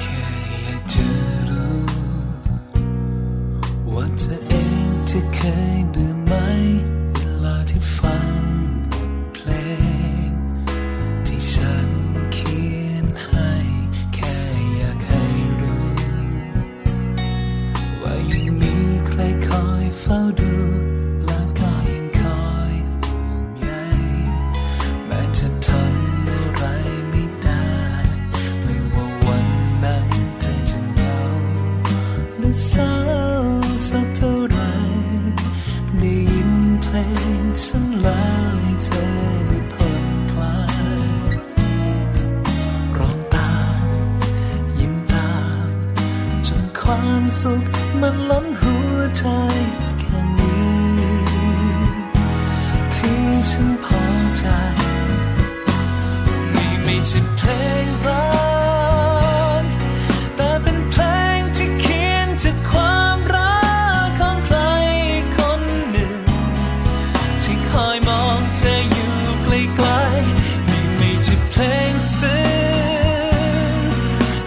แค่อยากจะรู้ ว่าเธอเองจะเคยดื่มไหม เวลาที่ฟังบทเพลง ที่ฉันเขียนให้ แค่อยากให้รู้ ว่ายังมีใครคอยเฝ้าดู และก็ยังคอยห่วงใย แม้จะทำอะไรไม่ได้ ไม่ว่าวันนั้นเธอจะเหงาหรือเศร้าสักเท่าไหรได้ยินเพลงฉันแล้วให้เธอได้ผ่อนคลายร้องตาม ยิ้มตามจนความสุขมันล้นหัวใจแค่นี้ ที่ฉันพอใจ นี่ไม่ใช่เพลงรัก แต่เป็นเพลงที่เขียนจากความรักของใครคนหนึ่ง ที่คอยมองเธออยู่ไกลๆนี่ไม่ใช่เพลงซึ้ง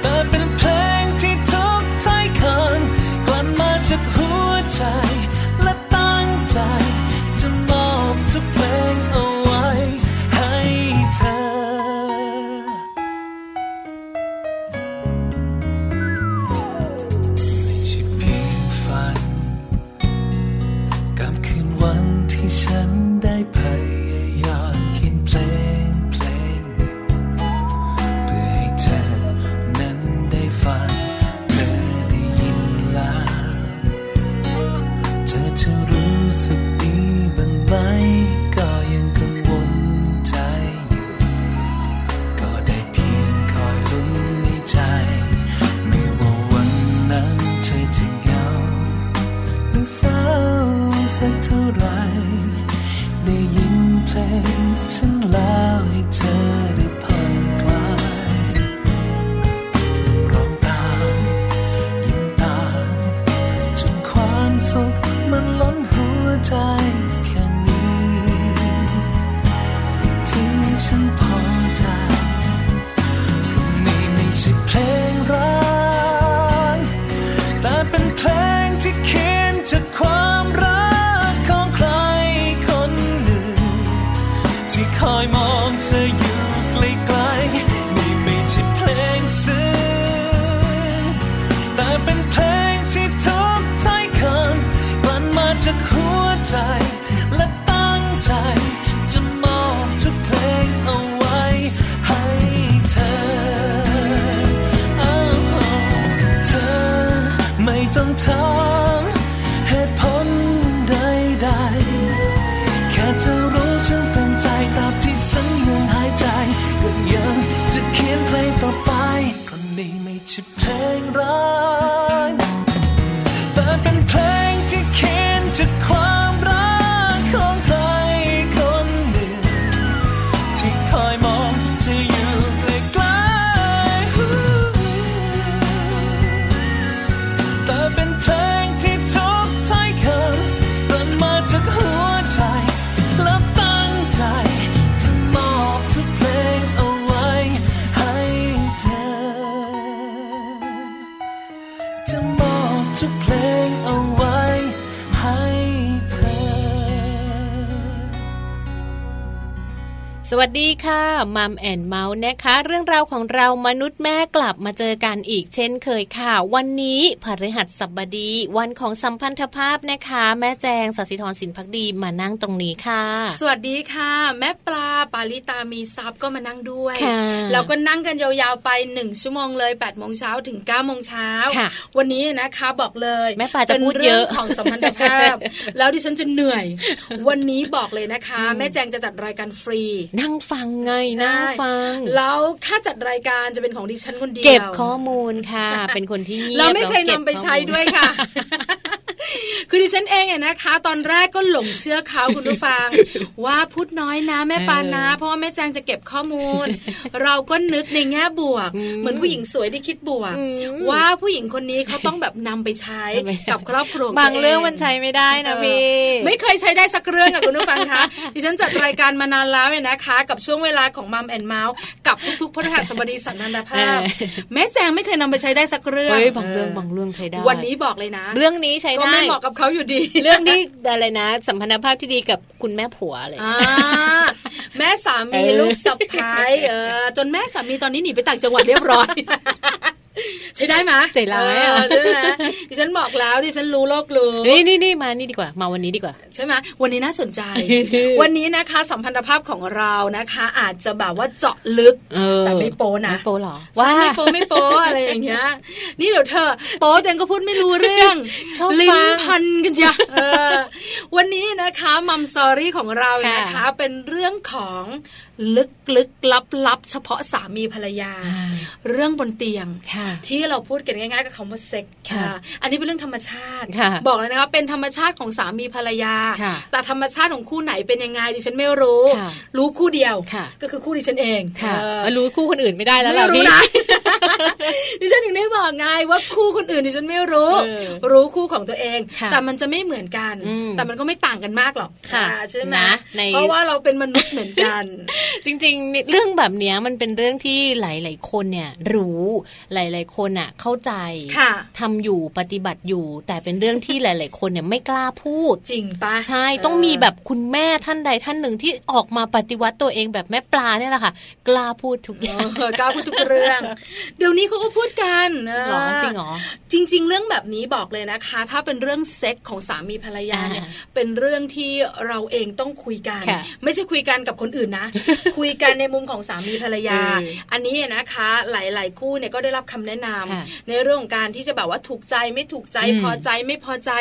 แต่เป็นเพลงที่ทุกท้ายคำกลั่นมาจากหัวใจ และตั้งใจ จะมอบทุกเพลงเอาไว้ให้เธอ ไม่ใช่เพียงฝัน กับคืนวันที่ฉันได้พยายามเขียนเพลงเพลงหนึ่ง เพื่อให้เธอนั้นได้ฟัง เธอได้ยินแล้ว เธอจะรู้สึกดีบ้างไหม ก็ยังกังวลใจอยู่ ก็ได้เพียงคอยลุ้นในใจ ไม่ว่าวันนั้นเธอจะเหงา หรือเศร้าสักเท่าไหรได้ยินเพลงฉันแล้วให้เธอได้ผ่อนคลายร้องตามยิ้มตามจนความสุขมันล้นหัวใจแค่นี้ ที่ฉันพอใจ นี่ไม่ใช่เพลงรัก แต่เป็นเพลงที่เขียนจากความรักของใครคนหนึ่ง ที่คอยมองเธออยู่ไกลๆนี่ไม่ใช่เพลงซึ้ง แต่เป็นเพลงที่ทุกท้ายคำกลั่นมาจากหัวใจ และตั้งใจ จะมอบทุกเพลงเอาไว้ให้เธออ้าวเธอไม่ต้องถามเหตุผลใดๆ แค่จะรู้ฉันตั้งใจตราบที่ฉันยังหายใจ ก็ยังจะเขียนเพลงต่อไปเพราะนี่ไม่ใช่เพลงรักแต่เป็นเพลงที่เขียนจากความรักของใครคนหนึ่ง ที่คอยมองเธออยู่ไกลๆ แต่เป็นเพลงที่ทุกท้ายคำรันมาจากหัวใจและตั้งใจ จะมอบทุกเพลงเอาไว้ให้เธอ จะมอบทุกเพลงเอาไว้ให้เธอ สวัสดีค่ะมัมแอนเมาส์นะคะ เรื่องราวของเรามนุษย์แม่กลับมาเจอกันอีกเช่นเคยค่ะ วันนี้พฤหัสบดี วันของสัมพันธภาพนะคะ แม่แจงสศิธรสินพักดีมานั่งตรงนี้ค่ะ สวัสดีค่ะ แม่ปลาปาลิตามีซับก็มานั่งด้วย ค่ะ แล้วก็นั่งกันยาวๆไปหนึ่งชั่วโมงเลย8ปดโมงเช้าถึง9ก้าโมงเช้า ค่ะ วันนี้นะคะบอกเลย แม่ปลาจะพูดเยอะ ป็นรื่องของสัมพันธภา พ แล้วดิฉันจะเหนื่อย วันนี้บอกเลยนะคะ แม่แจงจะจัดรายการฟรี นั่งฟังไงนั่งฟัง แล้วค่าจัดรายการจะเป็นของดิฉันคนเดียว เก็บข้อมูลค่ะ เป็นคนที่เงียบ เราไม่เคย ก็บนำไปใช้ ข้อมูล ด้วยค่ะ คือดิฉันเองอะนะคะ ตอนแรกก็หลงเชื่อเขาคุณผู้ ฟัง ว่าพูดน้อยนะแม่ปานนะ เพราะว่าแม่แจงจะเก็บข้อมูล เราก็นึกในแง่บวก อืม เหมือนผู้หญิงสวยที่คิดบวก อืม ว่าผู้หญิงคนนี้เขาต้องแบบนำไปใช้ ทำไม กับครอบครัวข บางเรื่องมันใช้ ตัว ไม่ได้ เอง นะพี่ เออไม่เคยใช้ได้สักเรื่องอะคุณผู้ฟังคะ ดิฉันจัดรายการมานานแล้วเนี่ยนะคะ กับช่วงเวลาของมัมแอนเมาส์กับทุกๆพฤหัสบดีสันนันทภาพ เออ แม่แจงไม่เคยนำไปใช้ได้สักเรื่อง เฮ้ยบางเรื่องบางเรื่องใช้ได้ วันนี้บอกเลยนะ เรื่องนี้ใช้ ก็ ได้ ไม่เหมาะกับเขาอยู่ดี เรื่อง ที่อะไรนะ สัมพันธภาพที่ดีกับคุณแม่ผัวอะไรอย่าง อ่า เลย แม่สาเอมีอ ลูกสะพ้ายเออจนแม่สามีตอนนี้หนีไปต่างจังหวัดเรียบร้อย ใช่ได้ไหม ใจร้ายอ่ะ เออใช่ไหมดิฉันบอกแล้วดิฉันรู้โลกรู้ นี่นี่นี่มานี่ดีกว่า มาวันนี้ดีกว่า ใช่ไหมวันนี้น่าสน ใจ วันนี้นะคะ สัมพันธภาพของเรานะคะ อาจจะแบบว่าเจาะลึก เออ แต่ไม่โปนะ ไม่โปหรอ ว่า ว่า ไม่โป๊ไม่โป๊อะไรอย่างเงี้ย นี่เดี๋ยวเธอ โป๊แต่ก็พูดไม่รู้เรื่อง ชอบ ลิ้ ฟั น ง พันกันจ้ะเออวันนี้นะคะมัมซอรี่ของเราเนี่ยนะคะ ค่ะ เป็นเรื่องของลึกลึกลับลับๆ เฉพาะสามีภรรยา อ่า เรื่องบนเตียง ค่ะ ที่เราพูดกันง่ายๆกับคำว่าเซ็ก ค่ะ อันนี้เป็นเรื่องธรรมชาติ ค่ะ บอกเลยนะคะเป็นธรรมชาติของสามีภรรยา ค่ะ แต่ธรรมชาติของคู่ไหนเป็นยังไงดิฉันไม่รู้ ค่ะ รู้คู่เดียว ค่ะ ก็คือคู่ดิฉันเอง ค่ะ เออ มารู้คู่คนอื่นไม่ได้แล้ว ไม่ ล่ะ รู้ พี่ นะ ดิฉันถึงได้บอกไงว่าคู่คนอื่นดิฉันไม่รู้ เออ รู้คู่ของตัวเอง ค่ะ แต่มันจะไม่เหมือนกัน อืม แต่มันก็ไม่ต่างกันมากหรอก ค่ะ อ่าใช่ไหม นะใน เพราะว่าเราเป็นมนุษย์เหมือน กัน จริงๆเนี่ยเรื่องแบบเนี้ยมันเป็นเรื่องที่หลาย ๆ คนเนี่ยรู้หลาย ๆ คนอ่ะเข้าใจ ค่ะ ทำอยู่ปฏิบัติอยู่ แต่เป็นเรื่องที่หลาย ๆ คนเนี่ยไม่กล้าพูด จริงปะ ใช่ต้องมีแบบคุณแม่ท่านใดท่านหนึ่งที่ออกมาปฏิวัติตัวเองแบบแม่ปลาเนี่ยแหละค่ะ กล้าพูดทุกอ เอย่าง อกล้าพูดทุกเรื่อง เดี๋ยวนี้เขาก็พูดกันเห รอจริงเหรอ จริง ๆ เรื่องแบบนี้บอกเลยนะคะ ถ้าเป็นเรื่องเซ็กของสามีภรรยาเนี่ย อ่า เป็นเรื่องที่เราเองต้องคุยกัน ค่ะ ไม่ใช่คุยกันกับคนอื่น นะ คุยกันในมุมของสามีภรรยา เออ อันนี้นะคะ หลาย ๆ คู่เนี่ยก็ได้รับคำแนะนำ ค่ะ ในเรื่องของการที่จะแบบว่าถูกใจไม่ถูกใจ อืม พอใจไม่พอใจ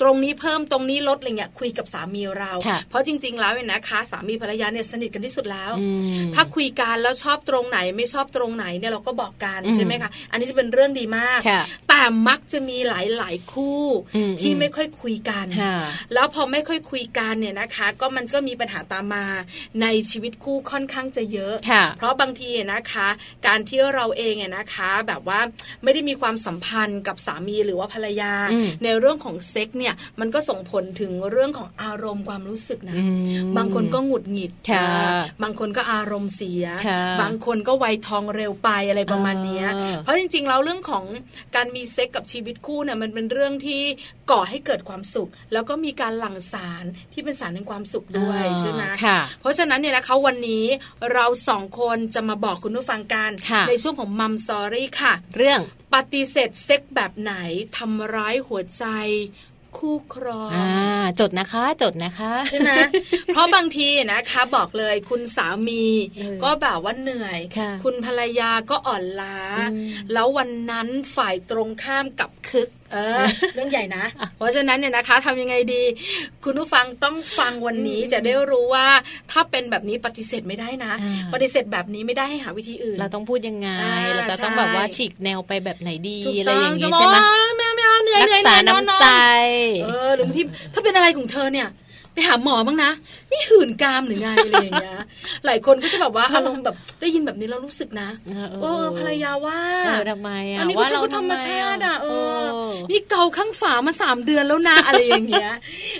ตรงนี้เพิ่มตรงนี้ลดอะไรเงี้ยคุยกับสามีเรา ค่ะ เพราะจริง ๆ แล้วเนี่ยนะคะ สามีภรรยาเนี่ยสนิทกันที่สุดแล้ว อืม ถ้าคุยกันแล้วชอบตรงไหนไม่ชอบตรงไหนเนี่ยเราก็บอกกัน อืม ใช่ไหมคะอันนี้จะเป็นเรื่องดีมาก ค่ะ แต่มักจะมีหลายๆคู่ อืม ที่ อืม ไม่ค่อยคุยกัน ค่ะ แล้วพอไม่ค่อยคุยกันเนี่ยนะคะ ก็มันก็มีปัญหาตามมาในชีวิตคู่ค่อนข้างจะเยอะ ค่ะ เพราะบางทีอะนะคะ การที่เราเองเนี่ยนะคะ แบบว่าไม่ได้มีความสัมพันธ์กับสามีหรือว่าภรรยา อืม ในเรื่องของเซ็กเนี่ยมันก็ส่งผลถึงเรื่องของอารมณ์ความรู้สึกนะ อืม บางคนก็หงุดหงิด ค่ะ นะบางคนก็อารมณ์เสีย ค่ะ บางคนก็ไวยทองเร็วไปอะไรประมาณเนี้ย เออ เพราะจริงๆแล้วเรื่องของการมีเซ็กกับชีวิตคู่เนี่ยมันเป็นเรื่องที่ก่อให้เกิดความสุข แล้วก็มีการหลั่งสารที่เป็นสารแห่งความสุขด้วย อ่า ใช่ไหม ค่ะ เพราะฉะนั้นเนี่ยนะคะวันนี้เราสองคนจะมาบอกคุณผู้ฟังกัน ค่ะ ในช่วงของมัมซอรี่ค่ะ เรื่อง ปฏิเสธเซ็กแบบไหนทำร้ายหัวใจคู่ครอง อ่า จดนะคะ จดนะคะ ใช่ไหม เพราะบางทีนะคะบอกเลยคุณสามีก็แบบว่าเหนื่อย ค่ะ ณภรรยาก็อ่อนล้า อืม แล้ววันนั้นฝ่ายตรงข้ามกลับคึก เอ อ เรื่องใหญ่นะ เพราะฉะนั้นเนี่ยนะคะทำยังไงดี คุณผู้ฟังต้องฟังวันนี้จะได้รู้ว่า ถ้าเป็นแบบนี้ปฏิเสธไม่ได้นะ อ่า ปฏิเสธแบบนี้ไม่ได้ให้หาวิธีอื่น เราต้องพูดยังไง อ่า เราจะต้อง ใช่ แบบว่าฉีกแนวไปแบบไหนดี ถูก อะไร ต้อ อง ย่าง จะ นี้ บอก ใช่ไหม ว่าไม่เอาไม่เอาเหนื่อย รั เหนื่อย ษา เหอยอ น้ำ อ ใจ เออหรือบางทีถ้าเป็นอะไรของเธอเนี่ย ไปหาหมอบ้างนะ นี่หื่นกามหรือไงอะไรอย่างเงี้ยหลายคนก็จะแบบว่า อารมณ์แบบได้ยินแบบนี้แล้วรู้สึกนะ เออเออ เออภรรยาว่า เออทำไมอ่ะ อันนี้ก็ ว่า จะ เรา ก็ธรรมชาติอ่ะเออ เออ นี่เกาข้างฝามาสามเดือน แล้วนะ อะไรอย่างเงี้ย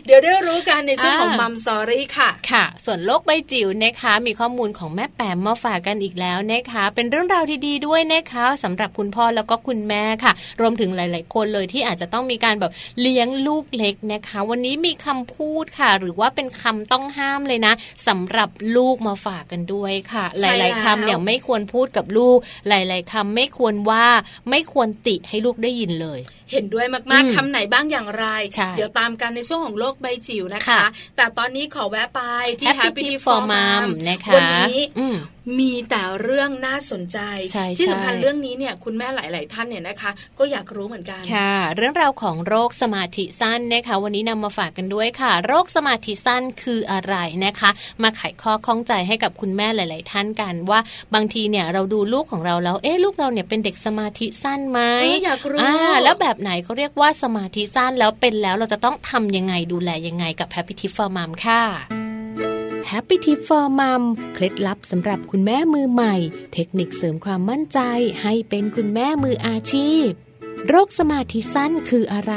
เดี๋ยวได้รู้กันในช่วงของ อ่า มัมซอรี่ค่ะ ค่ะ ส่วนโลกใบจิ๋วนะคะ มีข้อมูลของแม่แปมมาฝากกันอีกแล้วนะคะ เป็นเรื่องราวดีๆด้วยนะคะสำหรับคุณพ่อแล้วก็คุณแม่ค่ะ รวมถึงหลาย ๆ คนเลยที่อาจจะต้องมีการแบบเลี้ยงลูกเล็กนะคะ วันนี้มีคำพูดค่ะ หรือว่าเป็นคำต้องห้ามเลยนะสำหรับลูกมาฝากกันด้วยค่ะ ห ใช่แล้ว ลาย ๆคำเนี่ยไม่ควรพูดกับลูก หลาย ๆคำไม่ควรว่าไม่ควรติให้ลูกได้ยินเลย เห็นด้วยมาก อืม ๆคำไหนบ้างอย่างไร ใช่ เดี๋ยวตามกันในช่วงของโลกใบจิ๋วนะคะ ค่ะ แต่ตอนนี้ขอแวะไปที่ Happy Tea for Mom Mom นะคะ วันนี้ อืม มีแต่เรื่องน่าสนใจ ใช่ ที่ ใช่ สำคัญเรื่องนี้เนี่ยคุณแม่หลาย ๆ ท่านเนี่ยนะคะ ก็อยากรู้เหมือนกัน ค่ะ เรื่องราวของโรคสมาธิสั้นนะคะ วันนี้นำมาฝากกันด้วยค่ะ โรคสมาธิสั้นคืออะไรนะคะ มาไขข้อข้องใจให้กับคุณแม่หลาย ๆ ท่านกัน ว่าบางทีเนี่ยเราดูลูกของเราแล้วเอ๊ะลูกเราเนี่ยเป็นเด็กสมาธิสั้นไหม เอออยากรู้ แล้วแบบไหนเขาเรียกว่าสมาธิสั้นแล้วเป็นแล้วเราจะต้องทำยังไงดูแลยังไงกับ Happy Tip for Mom ค่ะ Happy Tip for Mom เคล็ดลับสำหรับคุณแม่มือใหม่ เทคนิคเสริมความมั่นใจ ให้เป็นคุณแม่มืออาชีพ โรคสมาธิสั้นคืออะไร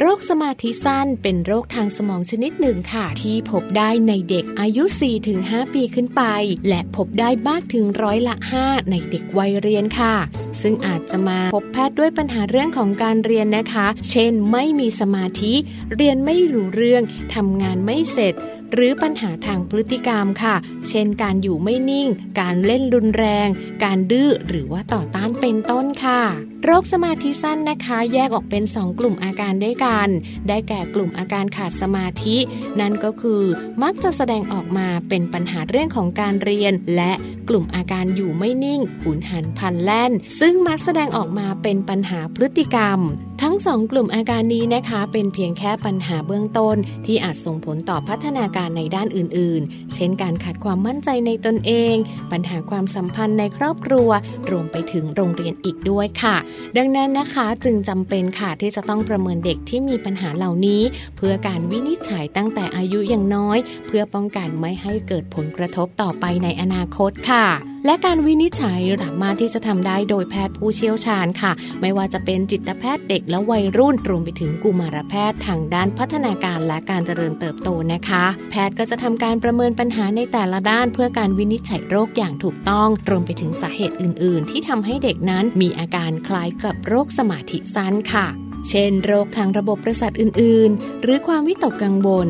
โรคสมาธิสั้นเป็นโรคทางสมองชนิดหนึ่งค่ะ ที่พบได้ในเด็กอายุ 4-5 ปีขึ้นไป และพบได้มากถึงร้อยละ 5 ในเด็กวัยเรียนค่ะ ซึ่งอาจจะมาพบแพทย์ด้วยปัญหาเรื่องของการเรียนนะคะ เช่นไม่มีสมาธิ เรียนไม่รู้เรื่องทำงานไม่เสร็จ หรือปัญหาทางพฤติกรรมค่ะ เช่นการอยู่ไม่นิ่ง การเล่นรุนแรง การดื้อหรือว่าต่อต้านเป็นต้นค่ะ โรคสมาธิสั้นนะคะ แยกออกเป็น 2 กลุ่มอาการด้วยกัน ได้แก่กลุ่มอาการขาดสมาธิ นั่นก็คือมักจะแสดงออกมาเป็นปัญหาเรื่องของการเรียน และกลุ่มอาการอยู่ไม่นิ่งหุนหันพลันแล่น ซึ่งมักแสดงออกมาเป็นปัญหาพฤติกรรม ทั้งสองกลุ่มอาการนี้นะคะ เป็นเพียงแค่ปัญหาเบื้องต้น ที่อาจส่งผลต่อพัฒนาการในด้านอื่น ๆ เช่นการขาดความมั่นใจในตนเอง ปัญหาความสัมพันธ์ในครอบครัว รวมไปถึงโรงเรียนอีกด้วยค่ะ ดังนั้นนะคะจึงจำเป็นค่ะที่จะต้องประเมินเด็กที่มีปัญหาเหล่านี้ เพื่อการวินิจฉัยตั้งแต่อายุยังน้อย เพื่อป้องกันไม่ให้เกิดผลกระทบต่อไปในอนาคตค่ะ และการวินิจฉัยสามารถที่จะทำได้โดยแพทย์ผู้เชี่ยวชาญค่ะ ไม่ว่าจะเป็นจิตแพทย์เด็กและวัยรุ่นรวมไปถึงกุมารแพทย์ทางด้านพัฒนาการและการเจริญเติบโตนะคะ แพทย์ก็จะทำการประเมินปัญหาในแต่ละด้าน เพื่อการวินิจฉัยโรคอย่างถูกต้อง รวมไปถึงสาเหตุอื่น ๆ ที่ทำให้เด็กนั้นมีอาการคล้ายกับโรคสมาธิสั้นค่ะ เช่น โรคทางระบบประสาทอื่น ๆ หรือความวิตกกังวล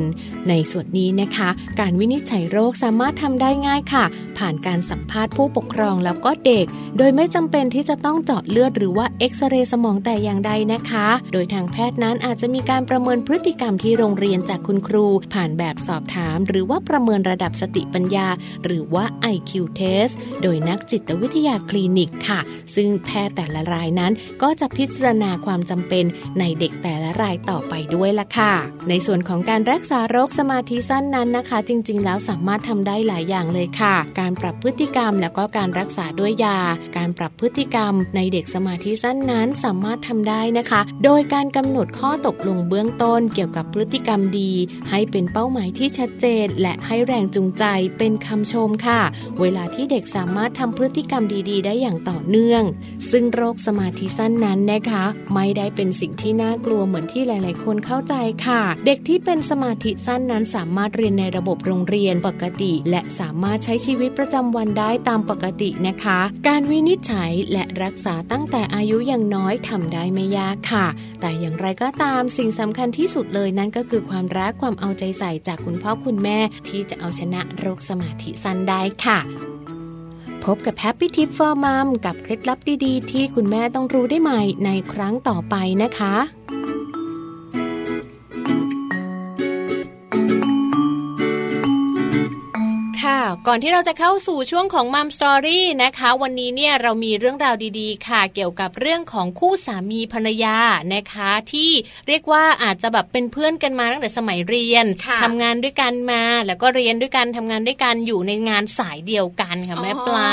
ในส่วนนี้นะคะ การวินิจฉัยโรคสามารถทำได้ง่ายค่ะ ผ่านการสัมภาษณ์ผู้ปกครองแล้วก็เด็ก โดยไม่จำเป็นที่จะต้องเจาะเลือดหรือว่าเอ็กซเรย์สมองแต่อย่างใดนะคะ โดยทางแพทย์นั้นอาจจะมีการประเมินพฤติกรรมที่โรงเรียนจากคุณครู ผ่านแบบสอบถาม หรือว่าประเมินระดับสติปัญญา หรือว่า IQ test โดยนักจิตวิทยาคลินิกค่ะ ซึ่งแพทย์แต่ละรายนั้นก็จะพิจารณาความจำเป็นในเด็กแต่ละรายต่อไปด้วยล่ะค่ะ ในส่วนของการรักษาโรคสมาธิสั้นนั้นนะคะ จริง ๆ แล้วสามารถทำได้หลายอย่างเลยค่ะ การปรับพฤติกรรมแล้วก็การรักษาด้วยยา การปรับพฤติกรรมในเด็กสมาธิสั้นนั้นสามารถทำได้นะคะ โดยการกำหนดข้อตกลงเบื้องต้นเกี่ยวกับพฤติกรรมดี ให้เป็นเป้าหมายที่ชัดเจน และให้แรงจูงใจเป็นคำชมค่ะ เวลาที่เด็กสามารถทำพฤติกรรมดี ๆ ได้อย่างต่อเนื่อง ซึ่งโรคสมาธิสั้นนั้นนะคะ ไม่ได้เป็นสิ่งที่น่ากลัวเหมือนที่หลาย ๆ คนเข้าใจค่ะ เด็กที่เป็นสมาธิสั้นนั้นสามารถเรียนในระบบโรงเรียนปกติ และสามารถใช้ชีวิตประจำวันได้ตามปกตินะคะ การวินิจฉัยและรักษาตั้งแต่อายุยังน้อยทำได้ไม่ยากค่ะ แต่อย่างไรก็ตามสิ่งสำคัญที่สุดเลยนั่นก็คือความรักความเอาใจใส่จากคุณพ่อคุณแม่ที่จะเอาชนะโรคสมาธิสั้นได้ค่ะ พบกับ Happy Tip for Mom กับเคล็ดลับดีๆ ที่คุณแม่ต้องรู้ได้ใหม่ในครั้งต่อไปนะคะ ค่ะ ก่อนที่เราจะเข้าสู่ช่วงของมัมสตอรี่นะคะ วันนี้เนี่ยเรามีเรื่องราวดีๆ ค่ะ เกี่ยวกับเรื่องของคู่สามีภรรยานะคะ ที่เรียกว่าอาจจะแบบเป็นเพื่อนกันมาตั้งแต่สมัยเรียน ค่ะ ทำงานด้วยกันมา แล้วก็เรียนด้วยกันทำงานด้วยกันอยู่ในงานสายเดียวกันค่ะแม่ อ๋อ ปลา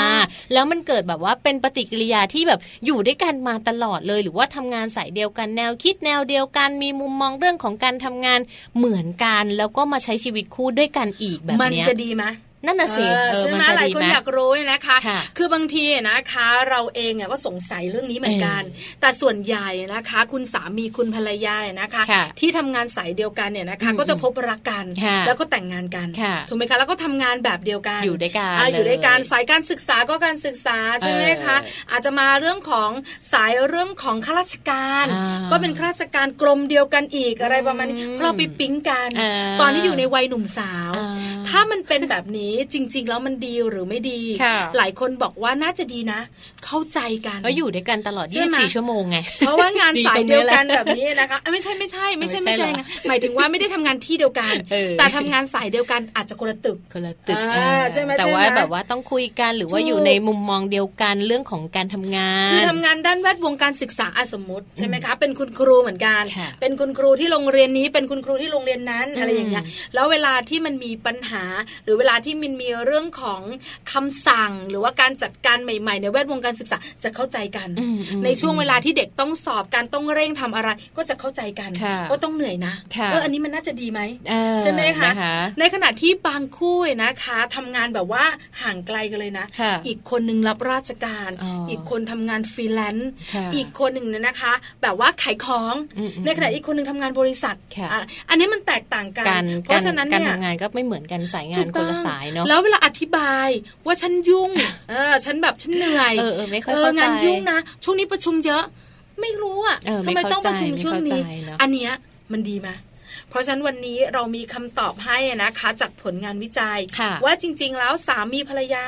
แล้วมันเกิดแบบว่าเป็นปฏิกิริยาที่แบบอยู่ด้วยกันมาตลอดเลย หรือว่าทำงานสายเดียวกันแนวคิดแนวเดียวกัน มีมุมมองเรื่องของการทำงานเหมือนกัน แล้วก็มาใช้ชีวิตคู่ด้วยกันอีกแบบ มัน เนี้ย จะดีไหม นั่นน่ะสิ เออ เออ ใช่ไหม นจะ หลาย ดี คน ไหม อยากรู้นะคะ ค่ะ คือบางทีนะคะ เราเองเนี่ยก็สงสัยเรื่องนี้เหมือนกัน แต่ส่วนใหญ่นะคะ คุณสามีคุณภรรยาเนี่ยนะคะ ค่ะ ที่ทำงานสายเดียวกันเนี่ยนะคะ อืม ก็จะพบรักกัน ค่ะ แล้วก็แต่งงานกัน ค่ะ ถูกไหมคะแล้วก็ทำงานแบบเดียวกัน อยู่ด้วยกัน อ่าอยู่ด้วยกัน เลย สายการศึกษาก็การศึกษาใช่ไหมคะ เออ อาจจะมาเรื่องของสายเรื่องของข้าราชการ อ่า ก็เป็นข้าราชการกรมเดียวกันอีกอะไรประมาณนี้ อืม เพราะเราไปปิ๊งกัน อ่า ตอนที่อยู่ในวัยหนุ่มสาว อ่า ถ้ามันเป็นแบบนี้จริง ๆ แล้วมันดีหรือไม่ดี ค่ะ หลายคนบอกว่าน่าจะดีนะ เข้าใจกัน ก็อยู่ด้วยกันตลอด ใช่ไหม 24 ชั่วโมงไง เพราะว่างาน ดี สา ต ย รงนี้ เดียวกัน แหละ แบบนี้นะคะอ่ะไม่ใช่ไม่ใช่ไม่ใช่ ไม่ ไม่ ใช่เหรอใช่ไงหมายถึงว่าไม่ได้ทำงานที่เดียวกัน เออ แต่ทำงานสายเดียวกันอาจจะคนละตึก คนละตึก อ่า อ่า ใช่ไหม แต่ ใช่ไหม ว่าแบบว่าต้องคุยกันหรือว่า ถูก อยู่ในมุมมองเดียวกันเรื่องของการทำงาน คือทำงานด้านแวดวงการศึกษาอะสมมติใช่ไหมคะเป็นคุณครูเหมือนกัน ค่ะ เป็นคุณครูที่โรงเรียนนี้เป็นคุณครูที่โรงเรียนนั้น อืม อะไรอย่างเงี้ยแล้วเวลาที่มันมีปัญหา หรือเวลาที่มันมีเรื่องของคำสั่ง หรือว่าการจัดการใหม่ๆในแวดวงการศึกษาจะเข้าใจกัน อืมอืม ในช่วงเวลาที่เด็กต้องสอบการต้องเร่งทำอะไรก็จะเข้าใจกัน ค่ะ ว่าต้องเหนื่อยนะ ค่ะ เอออันนี้มันน่าจะดีไหม เออ ใช่ไหมคะ น ในขณะที่บางคู่เนี่ยนะคะทำงานแบบว่าห่างไกลกันเลยนะ ค่ะ อีกคนหนึ่งรับราชการ อ๋ออี กคนทำงานฟรีแลนซ์ ค่ะ อีกคนหนึ่งเนี่ยนะคะ แบบว่าขายของ อืมๆ ในขณะอีกคนหนึ่งทำงานบริษัท ค่ะ อ่ะอันนี้มันแตกต่างกัน การ เพราะฉะนั้น การ เนี่ย ทำงานก็ไม่เหมือนกันสายงา ถู น ก ค ต้ น อง ละสายเนาะ แล้วเวลาอธิบายว่าฉันยุ่ ง เออฉันแบบฉันเหนื่อย เออเออไม่ค่อย อ เข้าใจ งานยุ่งนะช่วงนี้ประชุมเยอะ ไม่รู้อ่ะ เออไม่ ทำไมต้องประชุม เข้าใจ ช่วงนี้ ไม่เข้าใจเนอะ อันเนี้ยมันดีไหม เพราะฉะนั้นวันนี้เรามีคำตอบให้นะคะ จากผลงานวิจัย ค่ะ ว่าจริง ๆ แล้วสามีภรรยา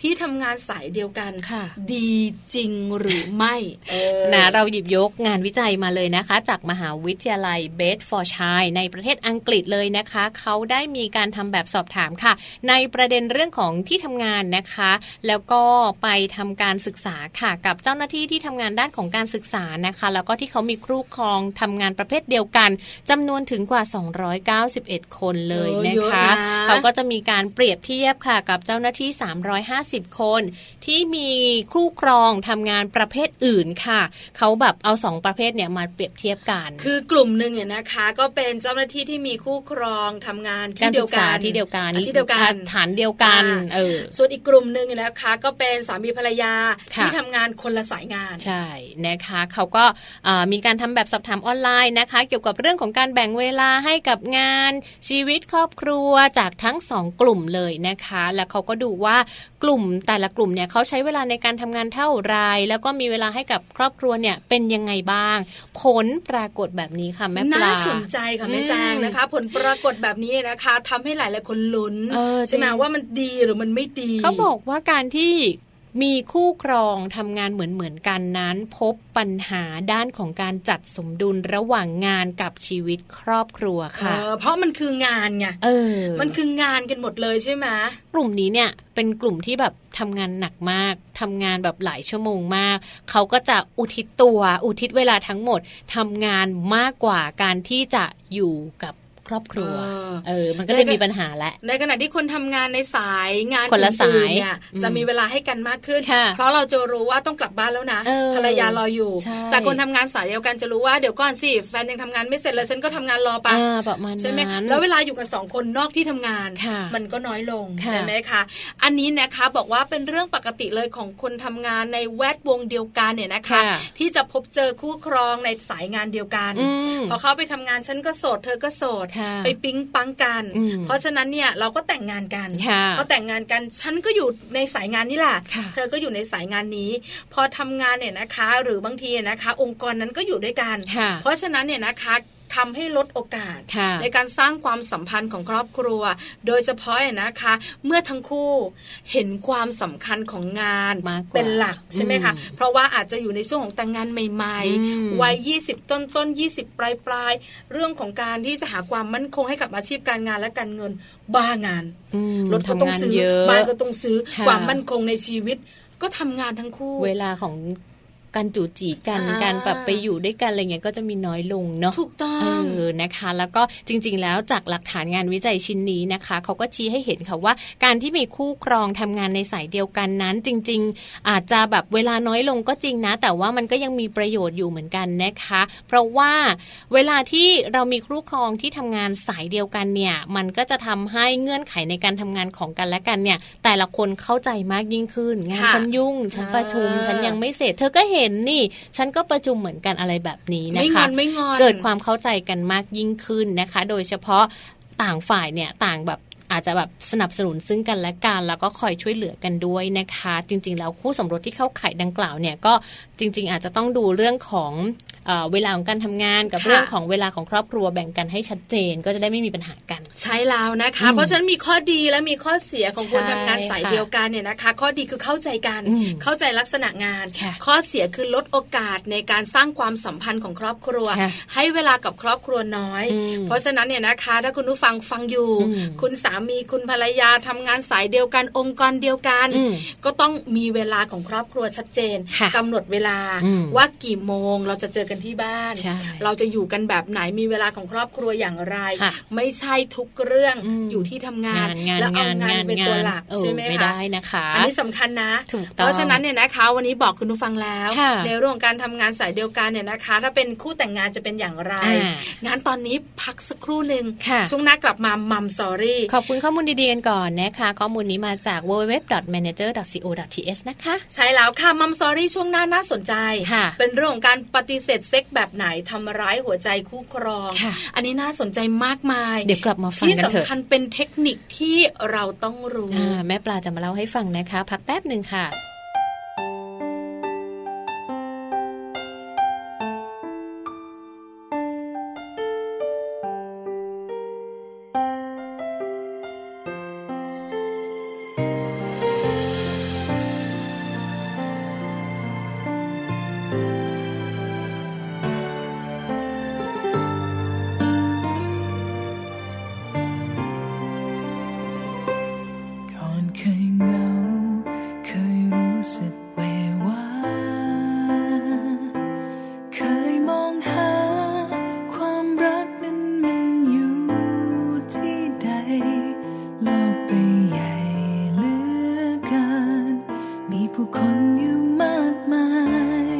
ที่ทำงานสายเดียวกัน ค่ะ ดีจริงหรือไม่เออ นะเราหยิบยกงานวิจัยมาเลยนะคะ จากมหาวิทยาลัยเบสฟอร์ช i ยในประเทศอังกฤษเลยนะคะ เขาได้มีการทำแบบสอบถามค่ะ ในประเด็นเรื่องของที่ทำงานนะคะ แล้วก็ไปทำการศึกษาค่ะ กับเจ้าหน้าที่ที่ทำงานด้านของการศึกษานะคะ แล้วก็ที่เขามีครูครองทำงานประเภทเดียวกันจำนวนถึงกว่า 291 คนเลย โอ้ นะ เยอะ คะ นะ เขาก็ ก็จะมีการเปรียบเทียบค่ะกับเจ้าหน้าที่ 350 คน ที่มีคู่ครองทำงานประเภทอื่นค่ะ เขาแบบเอาสองประเภทเนี่ยมาเปรียบเทียบกัน คือกลุ่มหนึ่งเนี่ยนะคะ ก็เป็นเจ้าหน้าที่ที่มีคู่ครองทำงานที่ การ เดี ศึ ยว ก กั ษาน ที่เดียวกัน อ่ะที่เดียวกัน ฐานเดียวกัน อ่า เออ ส่วนอีกกลุ่มหนึ่งเนี่ยนะคะก็เป็นสามีภรรยา ค่ะ ที่ทำงานคนละสายงาน ใช่นะคะเขาก็เอ่อมีการทำแบบสอบถามออนไลน์นะคะ เกี่ยวกับเรื่องของการแบ่งเวลาให้กับงานชีวิตครอบครัวจากทั้งสองกลุ่มเลยนะคะ แล้วเขาก็ดูว่ากลุ่มแต่ละกลุ่มเนี่ยเขาใช้เวลาในการทำงานเท่าไหรแล้วก็มีเวลาให้กับครอบครัวเนี่ยเป็นยังไงบ้าง ผลปรากฏแบบนี้ค่ะแม่ปลา น่าสนใจค่ะแม่ อืม จางนะคะ ผลปรากฏแบบนี้นะคะทำให้หลายๆคนลุ้น เออจริง ใช่ไหมว่ามันดีหรือมันไม่ดี เขาบอกว่าการที่มีคู่ครองทำงานเหมือนๆกันนั้น พบปัญหาด้านของการจัดสมดุลระหว่างงานกับชีวิตครอบครัวค่ะ เออเพราะมันคืองานไง เออ มันคืองานกันหมดเลยใช่ไหม กลุ่มนี้เนี่ยเป็นกลุ่มที่แบบทำงานหนักมากทำงานแบบหลายชั่วโมงมาก เขาก็จะอุทิศตัวอุทิศเวลาทั้งหมดทำงานมากกว่าการที่จะอยู่กับครอบครัว เออ เออ มันก็เลยมีปัญหาแหละ ในขณะที่คนทำงานในสายงาน คนละสาย อื่นๆเนี่ย อืม จะมีเวลาให้กันมากขึ้น ค่ะ เพราะเราจะรู้ว่าต้องกลับบ้านแล้วนะ เออ ภรรยารออยู่ ใช่ แต่คนทำงานสายเดียวกันจะรู้ว่าเดี๋ยวก่อนสิแฟนยังทำงานไม่เสร็จเลยฉันก็ทำงานรอไป อ่าประมาณนั้น ใช่ไหมแล้วเวลาอยู่กันสองคนนอกที่ทำงาน ค่ะ มันก็น้อยลง ค่ะ ใช่ไหมคะ อันนี้นะคะบอกว่าเป็นเรื่องปกติเลยของคนทำงานในแวดวงเดียวกันเนี่ยนะคะ ค่ะ ที่จะพบเจอคู่ครองในสายงานเดียวกัน อืม พอเขาไปทำงานฉันก็โสด เธอก็โสด ค่ะ ไปปิ๊งปังกัน อืม เพราะฉะนั้นเนี่ยเราก็แต่งงานกัน ค่ะ พอแต่งงานกันฉันก็อยู่ในสายงานนี่แหละ ค่ะ เธอก็อยู่ในสายงานนี้ พอทำงานเนี่ยนะคะ หรือบางทีนะคะ องค์กรนั้นก็อยู่ด้วยกัน ค่ะ เพราะฉะนั้นเนี่ยนะคะทำให้ลดโอกาส ค่ะ ในการสร้างความสัมพันธ์ของครอบครัว โดยเฉพาะเนี่ยนะคะ เมื่อทั้งคู่เห็นความสำคัญของงาน มากกว่า เป็นหลักใช่ไหมคะ อืม เพราะว่าอาจจะอยู่ในช่วงของแต่งงานใหม่ อืม ๆวัย20 ต้นต้นๆ20 ปลายปลายๆเรื่องของการที่จะหาความมั่นคงให้กับอาชีพการงานและการเงินบ้างาน อืม รถก็ต้อง ทำาน ซื้อ เยอะ บ้านก็ต้องซื้อ ค่ะ ความมั่นคงในชีวิต ก็ทำงานทั้งคู่ เวลาของการจู่จีกัน อ่า การแบบไปอยู่ด้วยกันอะไรเงี้ยก็จะมีน้อยลงเนาะ ถูกต้อ เอง อนะคะ แล้วก็จริง ๆ แล้วจากหลักฐานงานวิจัยชิ้นนี้นะคะ เขาก็ชี้ให้เห็นค่ะว่า การที่มีคู่ครองทำงานในสายเดียวกันนั้น จริง ๆ อาจจะแบบเวลาน้อยลงก็จริงนะ แต่ว่ามันก็ยังมีประโยชน์อยู่เหมือนกันนะคะ เพราะว่าเวลาที่เรามีคู่ครองที่ทำงานสายเดียวกันเนี่ย มันก็จะทำให้เงื่อนไขในการทำงานของกันและกันเนี่ย แต่ละคนเข้าใจมากยิ่งขึ้นงาน ค่ะ ฉัน ยุ่งฉันประชุม อ่า ฉันยังไม่เสร็จ เธอก็เห็นนี่ ฉันก็ประชุมเหมือนกันอะไรแบบนี้นะ ไม่ง คะ อนไม่งอน เกิดความเข้าใจกันมากยิ่งขึ้นนะคะ โดยเฉพาะต่างฝ่ายเนี่ยต่างแบบอาจจะแบบสนับสนุนซึ่งกันและกันแล้วก็คอยช่วยเหลือกันด้วยนะคะ จริง ๆ แล้วคู่สมรสที่เข้าข่ายดังกล่าวเนี่ยก็จริง ๆ อาจจะต้องดูเรื่องของ เอ่อเวลาของการทำงานกับ ค่ะ เรื่องของเวลาของครอบครัวแบ่งกันให้ชัดเจนก็จะได้ไม่มีปัญหากัน ใช่แล้วนะคะ อืม เพราะฉะนั้นมีข้อดีและมีข้อเสียของคน ใช่ ทำงานสายเดียวกันเนี่ยนะคะ ข้อดีคือเข้าใจกัน อืม เข้าใจลักษณะงาน ค่ะ ข้อเสียคือลดโอกาสในการสร้างความสัมพันธ์ของครอบครัว ค่ะ ให้เวลากับครอบครัวน้อย อืม เพราะฉะนั้นเนี่ยนะคะ ถ้าคุณผู้ฟังฟังอยู่ อืม คุณสามีคุณภรรยาทำงานสายเดียวกันองค์กรเดียวกัน อืม ก็ต้องมีเวลาของครอบครัวชัดเจน ค่ะ กำหนดเวลา อืม ว่ากี่โมงเราจะเจอกันที่บ้าน ใช่ เราจะอยู่กันแบบไหนมีเวลาของครอบครัวอย่างไร ค่ะ ไม่ใช่ทุกเรื่อง อืม อยู่ที่ทำงาน งาน แล้วเอางานเป็นตัวหลัก เออ ใช่ไหม ไม่ คะ ได้นะคะ อันนี้สำคัญนะ ถูกต้อง เพราะฉะนั้นเนี่ยนะคะ วันนี้บอกคุณผู้ฟังแล้ว ค่ะ ในเรื่องของการทำงานสายเดียวกันเนี่ยนะคะ ถ้าเป็นคู่แต่งงานจะเป็นอย่างไร อ่าง านตอนนี้พักสักครู่หนึ่ง ค่ะ ช่วงหน้ากลับมามัมสอรี่ ขอบคุณข้อมูลดีๆกันก่อนนะคะ ข้อมูลนี้มาจาก www.manager.co.th นะคะ ใช่แล้วค่ะมัมสอรี่ช่วงหน้าน่าสนใจ ค่ะ เป็นเรื่องของการปฏิเสธเซ็กแบบไหนทำร้ายหัวใจคู่ครอง ค่ะ อันนี้น่าสนใจมากมาย เดี๋ยวกลับมาฟัง ที่ กันเถ สำ อะ คัญเป็นเทคนิคที่เราต้องรู้ อ่าแม่ปลาจะมาเล่าให้ฟังนะคะ พักแป๊บหนึ่งค่ะ ก่อนเคยเหงา เคยรู้สึกเววาเคยมองหา ความรักนั้นมันอยู่ที่ใด โลกไปใหญ่เหลือเกิน มีผู้คนอยู่มากมาย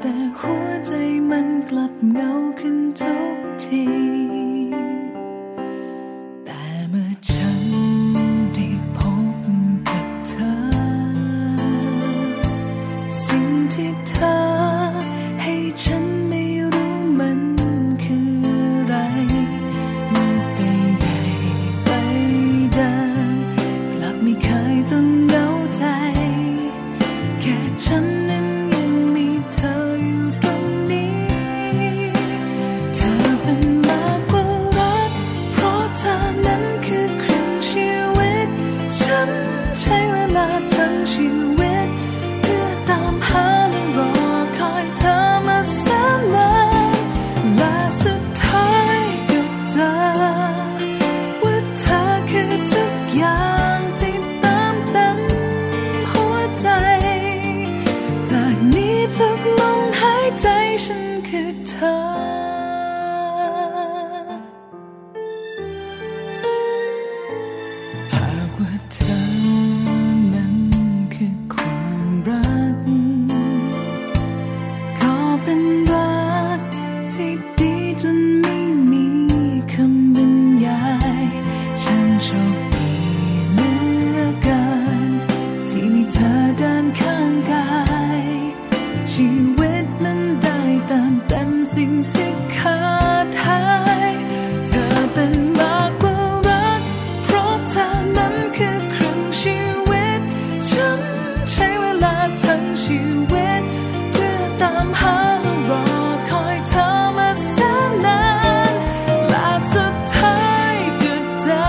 แต่หัวใจมันกลับเหงาขึ้นทุกที แต่เมื่อฉันได้พบกับเธอ สิ่งที่เธอให้ฉันไม่รู้มันคืออะไรโลกไปใหญ่ไปเดิมกลับไม่เคยต้องเหงาใจ แค่ฉันนั้นยังมีเธออยู่ตรงนี้ เธอเป็นมากกว่ารัก เพราะเธอนั้นคือครึ่งชีวิต ฉันใช้เวลาทั้งชีวิต เพื่อตามหาและรอคอยเธอมาแสนนานและสุดท้ายก็เจอว่าเธอคือทุกอย่างที่เติมเต็มหัวใจ จากนี้ทุกลมหายใจฉันคือเธอ หากว่าเธอนั้นคือความรัก ก็เป็นรักที่ดีจนไม่มีคำบรรยายฉันโชคดีเหลือเกิน ที่มีเธอเดินข้างกาย ชีวิตมันได้เติมเต็มสิ่งที่ขาดหาย เธอเป็นมากกว่ารัก เพราะเธอนั้นคือครึ่งชีวิต ฉันใช้เวลาทั้งชีวิต เพื่อตามหาและรอคอยเธอมาแสนนานและสุดท้ายก็เจอ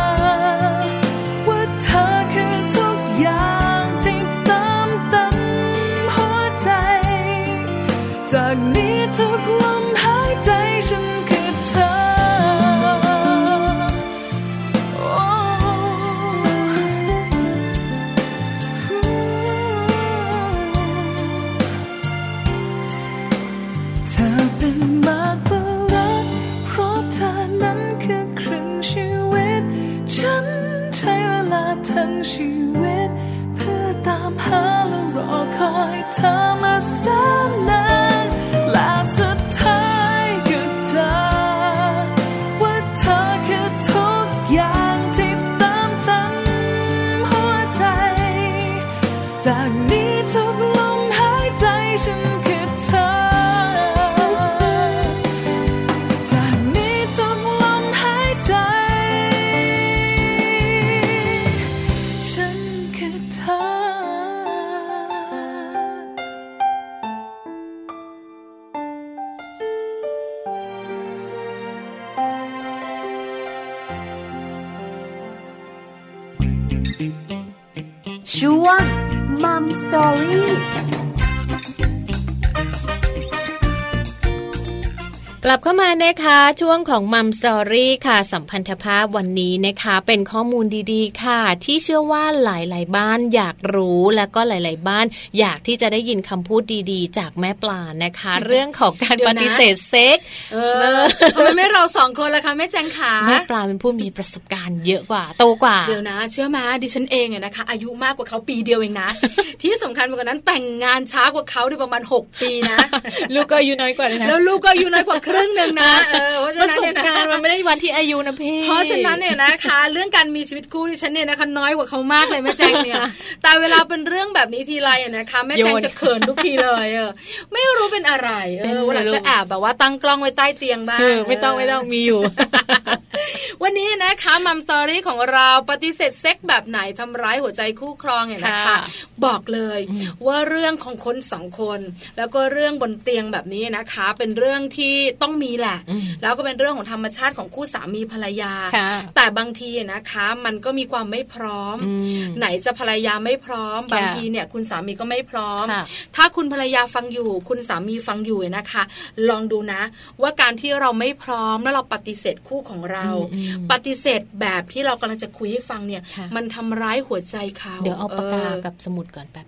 ว่าเธอคือทุกอย่างที่เติมเต็มหัวใจ จากนี้ทุกลมหายใจฉันคือเธอ เธอเป็นมากกว่ารัก เพราะเธอนั้นคือครึ่งชีวิต ฉันใช้เวลาทั้งชีวิต เพื่อตามหาและรอคอยเธอมาแสนนานและสุดท้ายก็เธอ ว่าเธอคือทุกอย่างที่เติมเต็มหัวใจ จากนี้ทุกลมหายใจฉันคือเธอ จากนี้ทุกลมหายใจ ฉันคือเธอ อ ช่วงมัมสตอรี่ กลับเข้ามานะคะ ช่วงของมัมสตอรี่ค่ะ สัมพันธภาพวันนี้นะคะ เป็นข้อมูลดีๆ ค่ะ ที่เชื่อว่าหลายๆ บ้านอยากรู้แล้วก็หลาย ๆ บ้าน อยากที่จะได้ยินคำพูดดีๆ จากแม่ปลานะคะ เรื่องของการ เดี๋ยปวนะ ฏิเสธเซ็ก เอ เอ อ อ ทำไมไม่เราสองคนล่ะคะแม่แจงขา แม่ปลาเป็นผู้มีประสบการณ์เยอะกว่า โตกว่า เดี๋ยวนะ เชื่อมาดิฉันเองอะนะคะ อายุมากกว่าเขาปีเดียวเองนะ ที่สำคัญไปกว่านั้นแต่งงานช้ากว่าเขาด้วยประมาณ 6 ปี นะ ลูกก็อายุน้อยกว่าเลยนะ แล้วลูกก็อายุน้อยกว่าครึ่งหนึ่งนะเออเพราะฉะ ประ นั้น สบ เนี่ยนะ การณ์มันไม่ได้วันที่อายุนะพี่ เพราะฉะนั้นเนี่ยนะคะ เรื่องการมีชีวิตคู่ดิฉันเนี่ยนะคะน้อยกว่าเขามากเลยแม่แจง เนี่ย แต่เวลาเป็นเรื่องแบบนี้ทีไรอะนะคะแม่แจง โยน จะเขินทุกทีเลยเออไม่รู้เป็นอะไรเอ เป็น อ อะไร วันหลัง ลูก จะแอบแบบว่าตั้งกล้องไว้ใต้เตียงบ้าง เออไม่ต้องไม่ต้องมีอยู่ วันนี้นะคะมัมสอรี่ของเราปฏิเสธเซ็กแบบไหนทำร้ายหัวใจคู่ครองเนี่ยนะคะ ค่ะ บอกเลยว่าเรื่องของคนสองคน แล้วก็เรื่องบนเตียงแบบนี้นะคะ เป็นเรื่องที่ต้องมีแหละ อืม แล้วก็เป็นเรื่องของธรรมชาติของคู่สามีภรรยา ค่ะ แต่บางทีนะคะมันก็มีความไม่พร้อม อืม ไหนจะภรรยาไม่พร้อม ค่ะ บางทีเนี่ยคุณสามีก็ไม่พร้อม ค่ะ ถ้าคุณภรรยาฟังอยู่ คุณสามีฟังอยู่เนี่ยนะคะ ลองดูนะ ว่าการที่เราไม่พร้อมแล้วเราปฏิเสธคู่ของเรา อืม ปฏิเสธแบบที่เรากำลังจะคุยให้ฟังเนี่ย ค่ะ มันทำร้ายหัวใจเขา เดี๋ยวเอาปากกา เออ กับสมุดก่อนแป๊บ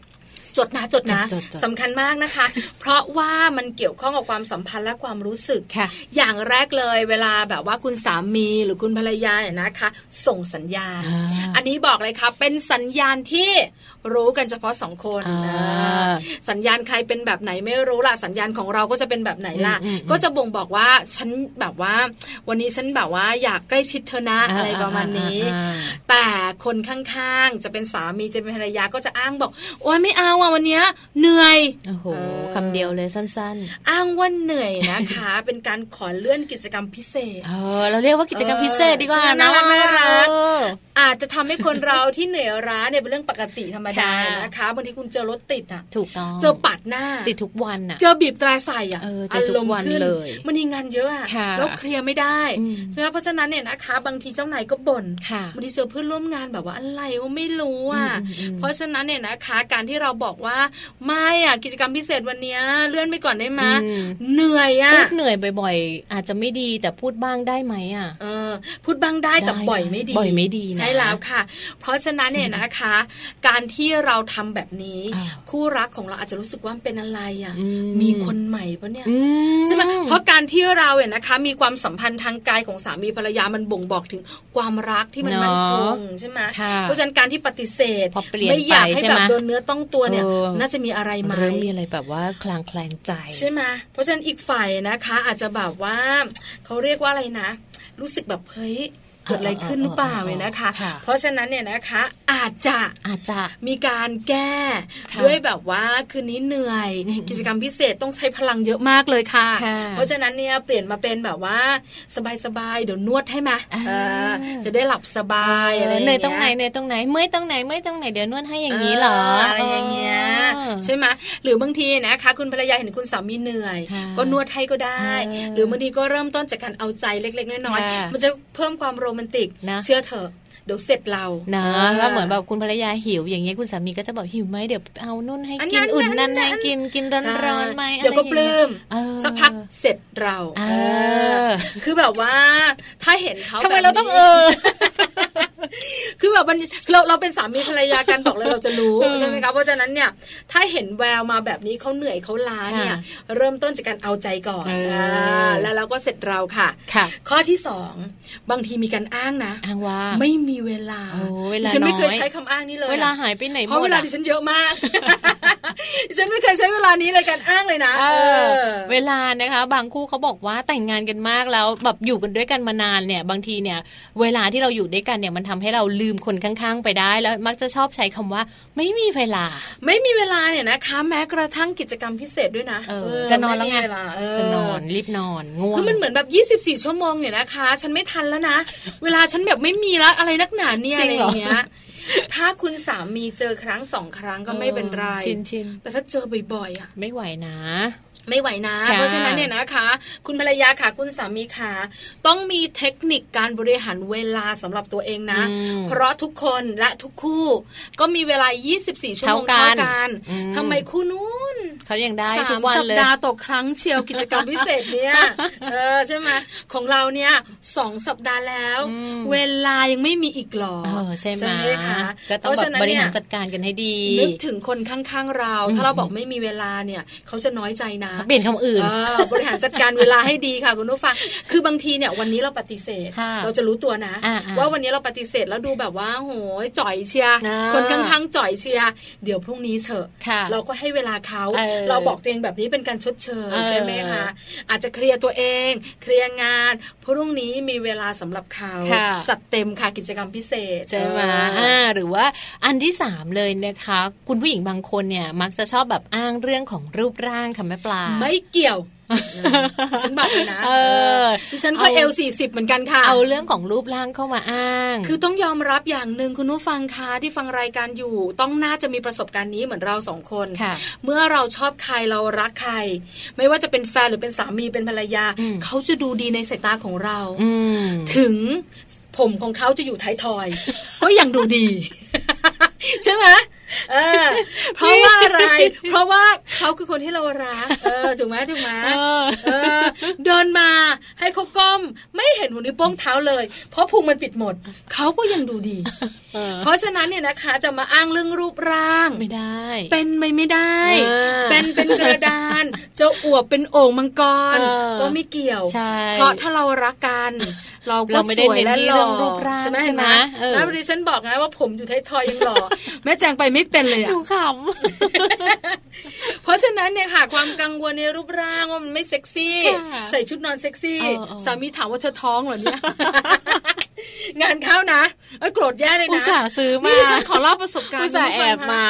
จดนะจดนะ จดจด สำคัญมากนะคะ เพราะว่ามันเกี่ยวข้องกับความสัมพันธ์และความรู้สึก ค่ะ อย่างแรกเลย เวลาแบบว่าคุณสามีหรือคุณภรรยาเนี่ยนะคะ ส่งสัญญาณ อ่า อันนี้บอกเลยค่ะเป็นสัญญาณที่รู้กันเฉพาะสองคน อ่า เออสัญญาณใครเป็นแบบไหนไม่รู้ล่ะสัญญาณของเราก็จะเป็นแบบไหนล่ะ อืมอืมอืม ก็จะบ่งบอกว่าฉันแบบว่า วันนี้ฉันแบบว่าอยากใกล้ชิดเธอนะ อ่า อะไรประมาณนี้ อ่าอ่าอ่า แต่คนข้างๆ จะเป็นสามีจะเป็นภรรยาก็จะอ้างบอก โอ๊ยไม่เอาอ่ะวันเนี้ยเหนื่อย โอ้โห เออ คำเดียวเลยสั้น อ้างว่าเหนื่อยนะคะ เป็นการขอเลื่อนกิจกรรมพิเศษ ๆ เออ เราเรียกว่ากิจกรรมพิเศษดีกว่า เออใช่ นะ น่ารักน่ารัก เออ อาจจะทำให้คนเราที่เหนื่อยร้าเนี่ยเป็นเรื่องปกติธรรมดา ค่ะ นะคะบางทีคุณเจอรถติดอ่ะ ถูกต้อง เจอปาดหน้า ติดทุกวันอ่ะ เจอบีบแตราใส่อ่ะ เออเจอทุกวัน ขึ้ เลย มันมีงานเยอะอ่ะ ค่ะ แล้วเคลียร์ไม่ได้ อืม ใช่ไหมเพราะฉะนั้นเนี่ยนะคะ บางทีเจ้านายก็บ่น ค่ะ บางทีเจอเพื่อนร่วมงานแบบว่าอะไรว่าไม่รู้อ่ะ อืมอืมอืม เพราะฉะนั้นเนี่ยนะคะ การที่เราบอกว่าไม่อ่ะกิจกรรมพิเศษวันเนี้ยเลื่อนไปก่อนได้ไหม อืม เหนื่อยอ่ะ พูดเหนื่อยบ่อยๆ อาจจะไม่ดีแต่พูดบ้างได้ไหมอ่ะ เออพูดบ้างได้แต่ ได้ บ่อยไม่ดี บ่อยไม่ดีนะ ใช่แล้วค่ะ เพราะฉะนั้นเนี่ยนะคะ การที่เราทำแบบนี้ อ้าว คู่รักของเราอาจจะรู้สึกว่ามันเป็นอะไรอ่ะ อืม มีคนใหม่ปะเนี่ย อืม ใช่ไหมเพราะการที่เราเนี่ยนะคะ มีความสัมพันธ์ทางกายของสามีภรรยามันบ่งบอกถึงความรักที่มัน เนอะ มั่นคงใช่ไหม ค่ะ เพราะฉะนั้นการที่ปฏิเสธ พอเปลี่ยน ไม่อยากให้ ไปใช่ แบบ ไหม โดนเนื้อต้องตัวเนี่ย เออ น่าจะมีอะไรไหม เริ่มมีอะไรแบบว่าคลางแคลงใจ ใช่ไหมเพราะฉะนั้นอีกฝ่ายนะคะ อาจจะแบบว่าเขาเรียกว่าอะไรนะ รู้สึกแบบเฮ้ยเกิดอะไรขึ้นหรือเปล่าเนี่ยนะคะ ค่ะ เพราะฉะนั้นเนี่ยนะคะอาจจะ อาจจะ มีการแก้ ค่ะ ด้วยแบบว่าคืนนี้เหนื่อย อืม กิจกรรมพิเศษต้องใช้พลังเยอะมากเลยค่ะ ค่ะ เพราะฉะนั้นเนี่ยเปลี่ยนมาเป็นแบบว่าสบายๆเดี๋ยวนวดให้มา อ่า เออจะได้หลับสบายอะไร เหนื่อยตรงไหน เ เหนื่อยตรงไหนเมื่อยตรงไหนเมื่อยตรงไหนเดี๋ยวนวดให้อย่างนี้เหรอ อะไรอย่างเงี้ย เออ ใช่ไหมหรือบางทีนะคะ คุณภรรยาเห็นคุณสามีเหนื่อย ค่ะ ก็นวดให้ก็ได้ เออ หรือบางทีก็เริ่มต้นจากการเอาใจเล็กๆน้อย ค่ะ ๆมันจะเพิ่มความโรแมนติก นะ เชื่อเถอะเดี๋ยวเสร็จเรา นะ อ ก็เหมือนแบบคุณภรรยาหิวอย่างเงี้ยคุณสามีก็จะบอกหิวไหมเดี๋ยวเอานุ่นให้ อัน กิ นั้น น อุ่น อั นั่ น น นั้ ให้ น กินกินร้อนร้อนๆไหม ใช่เดี๋ยวก็ อะไรอางงี้ ปลื้ม เออ สักพักเสร็จเรา เออ เออคือแบบว่าถ้าเห็นเขา ทำไม แบบนี้ เราต้องเออ คือแบบมันเราเราเป็นสามีภรรยากันบอกเลยเราจะรู้ เออ ใช่ไหมคะเพราะฉะนั้นเนี่ยถ้าเห็นแววมาแบบนี้เขาเหนื่อยเขาล้าเนี่ย ค่ะ เริ่มต้นจากการเอาใจก่อน เอออ่ าแล้วเราก็เสร็จเราค่ะ ค่ะ ข้อที่สองบางทีมีการอ้างนะ อ้างว่า ไม่มีเวลา โอ้เวลา ฉันไม่เคย น้อย ใช้คำอ้างนี้เลยอะ เวลาหายไปไหนหมด เพราะเวลาดิฉันเยอะมาก ดิฉันไม่เคยใช้เวลานี้เลยการอ้างเลยนะ เออ เออ เวลานะคะ บางคู่เขาบอกว่าแต่งงานกันมากแล้วแบบอยู่กันด้วยกันมานานเนี่ย บางทีเนี่ย เวลาที่เราอยู่ด้วยกันเนี่ยมันทำให้เราลืมคนข้างๆ ไปได้แล้วมักจะชอบใช้คำว่า ไม่มีเวลา ไม่มีเวลาเนี่ยนะคะแม้กระทั่งกิจกรรมพิเศษด้วยนะ เออ เ จะนอนแล้วไง ม่มีเาเ จะนอนรีบนอนง่วง คือมันเหมือนแบบ 24 ชั่วโมงเนี่ยนะคะ ฉันไม่ทันแล้วนะ เวลาฉันแบบไม่มีแล้วอะไรนักหนาเนี่ย จริ อะไร ง อ เหรอ ย่างเงี้ยถ้าคุณสามีเจอครั้งสองครั้งก็ไม่เป็นไร ชินชิน แต่ถ้าเจอบ่อยๆอ่ะ ไม่ไหวนะ ไม่ไหวนะ ค่ะ เพราะฉะนั้นเนี่ยนะคะ คุณภรรยาค่ะคุณสามีค่ะต้องมีเทคนิคการบริหารเวลาสำหรับตัวเองนะ อืม เพราะทุกคนและทุกคู่ ก็มีเวลา 24 ชั่วโมง เท่า เท่า กัน กัน อืม ทำไมคู่นู้น เขายังได้ สาม ทุกวัน สัป เลย ดาห์ต่อครั้งเชียวกิจกรรมพิเศษเนี่ย เออใช่ไหมของเราเนี่ยสองสัปดาห์แล้ว อืม เวลายังไม่มีอีกหรอ เออใช่ไหม คะ ก็ต้อง เพราะ แบ ฉะ บ นั้น บริ เนี่ หาย รจัดการกันให้ดี นึกถึงคนข้างๆเรา อืม ถ้าเราบอกไม่มีเวลาเนี่ย เขาจะน้อยใจนะ เปลี่ยนคำอื่น เออบริหารจัดการเวลาให้ดีค่ะ คุณผู้ฟัง คือบางทีเนี่ยวันนี้เราปฏิเสธ ค่ะ เราจะรู้ตัวนะ อ่าๆ ว่าวันนี้เราปฏิเสธแล้วดูแบบว่าโหยจ่อยเชียร์ อ่า คนข้างๆจ่อยเชียร์เดี๋ยวพรุ่งนี้เถอะ ค่ะ เราก็ให้เวลาเขา เออ เราบอกตัวเองแบบนี้เป็นการชดเชย เออ ใช่ไหมคะ อาจจะเคลียร์ตัวเอง เคลียร์งานพรุ่งนี้มีเวลาสำหรับเขา ค่ะ จัดเต็มค่ะกิจกรรมพิเศษ ใช่ไหม เอ อ่า อ หรือว่าอันที่สามเลยนะคะ คุณผู้หญิงบางคนเนี่ยมักจะชอบแบบอ้างเรื่องของรูปร่างค่ะแม่ปลา ไม่เกี่ยวดิฉันบอกเลยนะ เออ ดิฉันก็ เอา เอลสี่สิบเหมือนกันค่ะ เอาเรื่องของรูปร่างเข้ามาอ้าง คือต้องยอมรับอย่างหนึ่งคุณผู้ฟังคะที่ฟังรายการอยู่ ต้องน่าจะมีประสบการณ์นี้เหมือนเราสองคน ค่ะ เมื่อเราชอบใครเรารักใคร ไม่ว่าจะเป็นแฟนหรือเป็นสามีเป็นภรรยา อืม เขาจะดูดีในสายตาของเรา อืม ถึงผมของเขาจะอยู่ท้ายทอย ก็ยังดูดี ใช่ไหมเอ อเพราะว่าอะไร เพราะว่าเขาคือคนที่เรารักเออถูกไหมถูกไหม เออ เออ เดินมาให้เขาก้มไม่เห็นหัวนิ้วโป้งเท้าเลย เพราะพุงมันปิดหมด เขาก็ยังดูดี เออ เพราะฉะนั้นเนี่ยนะคะจะมาอ้างเรื่องรูปร่าง ไม่ได้ เป็นไม่ไม่ได้ อ่า เป็นเป็นกระดาน จะอวบเป็นโอ่งมังกร เออ ก็ไม่เกี่ยว ใช่ เพราะถ้าเรารัก กัน เราก็ เราไม่ได้ สวยและ เน้นที่ หล่ เรื่องรูปร่าง ใช่ไหม ใช่ไหม เห็น เออ แล้วดิฉันบอกไงว่าผมอยู่ท้ายทอยยัง หล่อ แม่แจงไปไม่เป็นเลหยอ่ะ นูข เพราะฉะนั้นเนี่ยค่ะ ความกังวลในรูปร่างว่ามันไม่เซ็กซี่ ค่ะ ใส่ชุดนอนเซ็กซี่ เออเออ สามีถามว่าเธอท้องเหรอเนี่ย งานเข้านะเอ้ยโกรธแย่เลย ำอุต นะ ส่าห์ซื้อมา นี่ดิฉันขอเล่าประสบการณ์ อุตส่าห์แอ คุณ บ ผู้ฟังค่ะ มา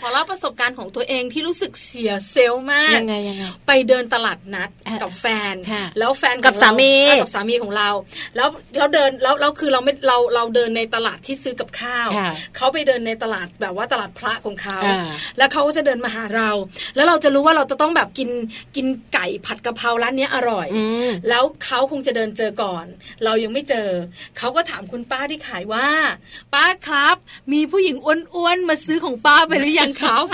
ขอเล่าประสบการณ์ของตัวเองที่รู้สึกเสียเซลล์มาก ยังไงยังไง ไปเดินตลาดนัด เอ่อ กับแฟน ค่ะ แล้วแฟนของ กับสามี เรอ่ะกับสามีของเรา แล้วเราเดินแล้วเราคือเราไม่เราเราเดินในตลาดที่ซื้อกับข้าว ค่ะ เขาไปเดินในตลาดแบบว่าตลาดพระของเขา อ่า แล้วเขาก็จะเดินมาหาเรา แล้วเราจะรู้ว่าเราจะต้องแบบกินกินไก่ผัดกะเพราร้านเนี้ยอร่อย อืม แล้วเขาคงจะเดินเจอก่อน เรายังไม่เจอ เขาก็ถามคุณป้าที่ขายว่า ป้าครับ มีผู้หญิงอ้วนๆมาซื้อของป้าไปหรือยังครับ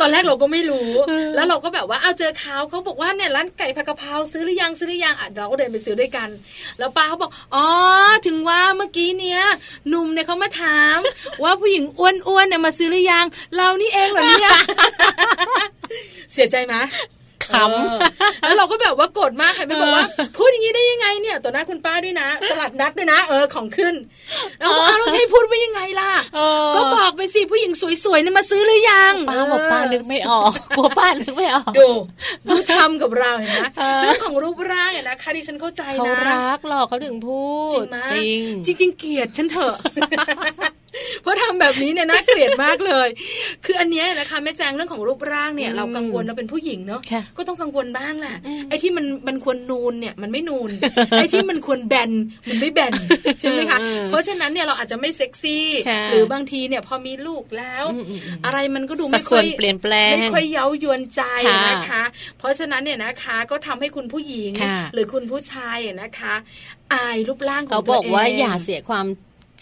ตอนแรกเราก็ไม่รู้ แล้วเราก็แบบว่าเอาวเจอเขาเขาบอกว่าเนี่ยร้านไก่ผัดกะเพราซื้อหรือยังซื้อหรือยังอ่ะเราก็เดินไปซื้อด้วยกัน แล้วป้าเขาบอกอ๋อถึงว่าเมื่อกี้เนี่ยหนุ่มเนี่ยเขามาถาม ว่าผู้หญิงอ้วนๆเนี่ยมาซื้อหรือยัง เรานี่เองเหรอเนี่ย เสียใจไหม ขำ เออแล้วเราก็แบบว่าโกรธมากค่ะไม่บอกว่า พูดอย่างนี้ได้ยังไงเนี่ยต่อหน้าคุณป้าด้วยนะ ตลาดนัดด้วยนะ เออของขึ้นแล้วเราเราจะให้พูดว่ายังไงล่ะ เออ ก็บอกไปสิผู้หญิงสวยๆเนี่ยมาซื้อหรือยัง ป้าบอกป้านึกไม่อ อกกลัวป้านึกไม่ออก ดูดูทำกับเราเห็นไหม เออ เรื่องของรูปร่างเนี่ยนะคะดิฉันเข้าใจ เขา นะ รักหรอกเขาถึงพูด จริงมาก จริง จริง ๆ เกลียดฉันเถอะ เพราะทำแบบนี้เนี่ยน่าเกลียดมากเลย คืออันเนี้ยนะคะแม่แจงเรื่องของรูปร่างเนี่ย อืม เรากังวลเราเป็นผู้หญิงเนาะ ค่ะ ก็ต้องกังวลบ้างแหละ อืม ไอ้ที่มันมันควรนูนเนี่ยมันไม่ นูน ไอ้ที่มันควรแบนมันไม่แบนใช่ไหมคะเพราะฉะนั้นเนี่ยเราอาจจะไม่เซ็กซี่ ค่ะ หรือบางทีเนี่ยพอมีลูกแล้ว อืมอืมอืม อะไรมันก็ดู สัด ไม่ ส่ ค่ ว อน ย เปลี่ยนแปลง ไม่ค่อยเย้ายวนใจ ค่ะ นะคะ เพราะฉะนั้นเนี่ยนะคะก็ทำให้คุณผู้หญิง ค่ะ หรือคุณผู้ชายอะนะคะ อายรูปร่างของ เขา ตัวเอง บอกว่าอย่าเสียความ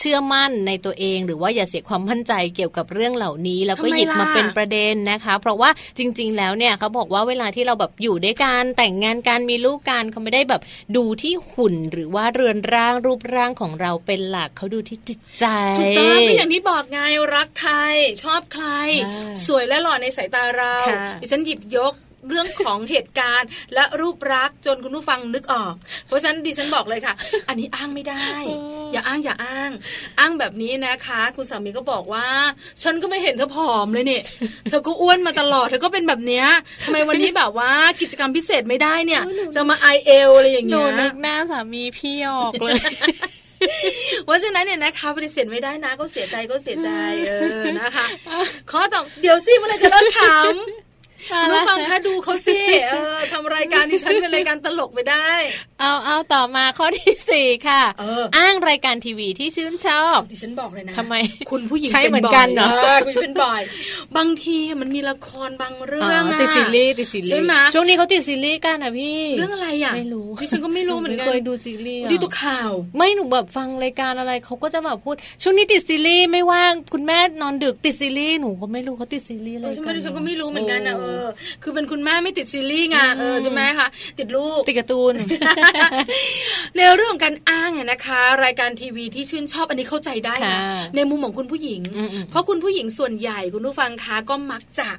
เชื่อมั่นในตัวเอง หรือว่าอย่าเสียความมั่นใจเกี่ยวกับเรื่องเหล่านี้ แล้วก็ ทำไม หยิบมา ล่ะ เป็นประเด็นนะคะ เพราะว่าจริง ๆ แล้วเนี่ยเขาบอกว่าเวลาที่เราแบบอยู่ด้วยกันแต่งงานกันมีลูกกันเขาไม่ได้แบบดูที่หุ่นหรือว่าเรือนร่างรูปร่างของเราเป็นหลักเขาดูที่จิตใจ ถูกต้องก็อย่างที่บอกไงรักใคร ชอบใคร อ่า สวยและหล่อในสายตาเรา ค่ะ ดิฉันหยิบยกเรื่องของเหตุการณ์ และรูปรักษณ์จนคุณผู้ฟังนึกออก เพราะฉะนั้นดิฉันบอกเลยค่ะ อันนี้อ้างไม่ได้ เออ อย่าอ้างอย่าอ้าง อ้างแบบนี้นะคะ คุณสามีก็บอกว่า ฉันก็ไม่เห็นเธอผอมเลยเนี่ย เธอก็อ้วนมาตลอดเธอก็เป็นแบบเนี้ยทำไมวันนี้แบบว่ากิจกรรมพิเศษไม่ได้เนี่ย จะมาไอเอลอะไรอย่าง หนู เงี้ย นึกหน้าสามีพี่ออกเลย เพราะฉะนั้นเนี่ยนะคะปฏิเสธไม่ได้นะก็เสียใจก็เสีย ใจเออนะคะข้อต่อเดี๋ยวสิเมื่อไหรจะเลิก ขำคุณผู้ฟังคะดูเขาสิเออทำรายการดิฉันเป็นรายการตลกไปได้ เอาเอาต่อมาข้อที่สี่ค่ะ เออ อ้างรายการทีวีที่ชื่นชอบ ดิฉันบอกเลยนะ ทำไม คุณผู้หญิง ใช่ ป็ เหมือนกันเหรอ บ่ยอคุณเป็นบ่อย บางทีมันมีละครบางเรื่องอะ ติดซีรีส์ติดซีรีส์ ใช่ไหม ช่วงนี้เขาติดซีรีส์กันนะพี่ เรื่องอะไรอ่ะ ไม่รู้ ดิฉันก็ไม่รู้เหมือนกัน ไเคยดูซีรีส์อะ ดูตัวข่าว ไม่หนูแบบฟังรายการอะไรเขาก็จะแบบพูด ช่วงนี้ติดซีรีส์ไม่ว่างคุณแม่นอนดึกติดซีรีส์หนูก็ไม่รู้เขาติดซีรีส์อะไร เอกัอใช่ไหมดิฉันก็ไม่รู้เหมือนกันนะเอ โ อคือเป็นคุณแม่ไม่ติดซีรีส์ไงเออใช่ไหมคะติดลูก ติดการ์ตูน ในเรื่องของการอ้างเนี่ยนะคะ รายการทีวีที่ชื่นชอบอันนี้เข้าใจได้นะ ค่ะ ในมุมของคุณผู้หญิง อืมๆ เพราะคุณผู้หญิงส่วนใหญ่คุณผู้ฟังคะก็มักจะ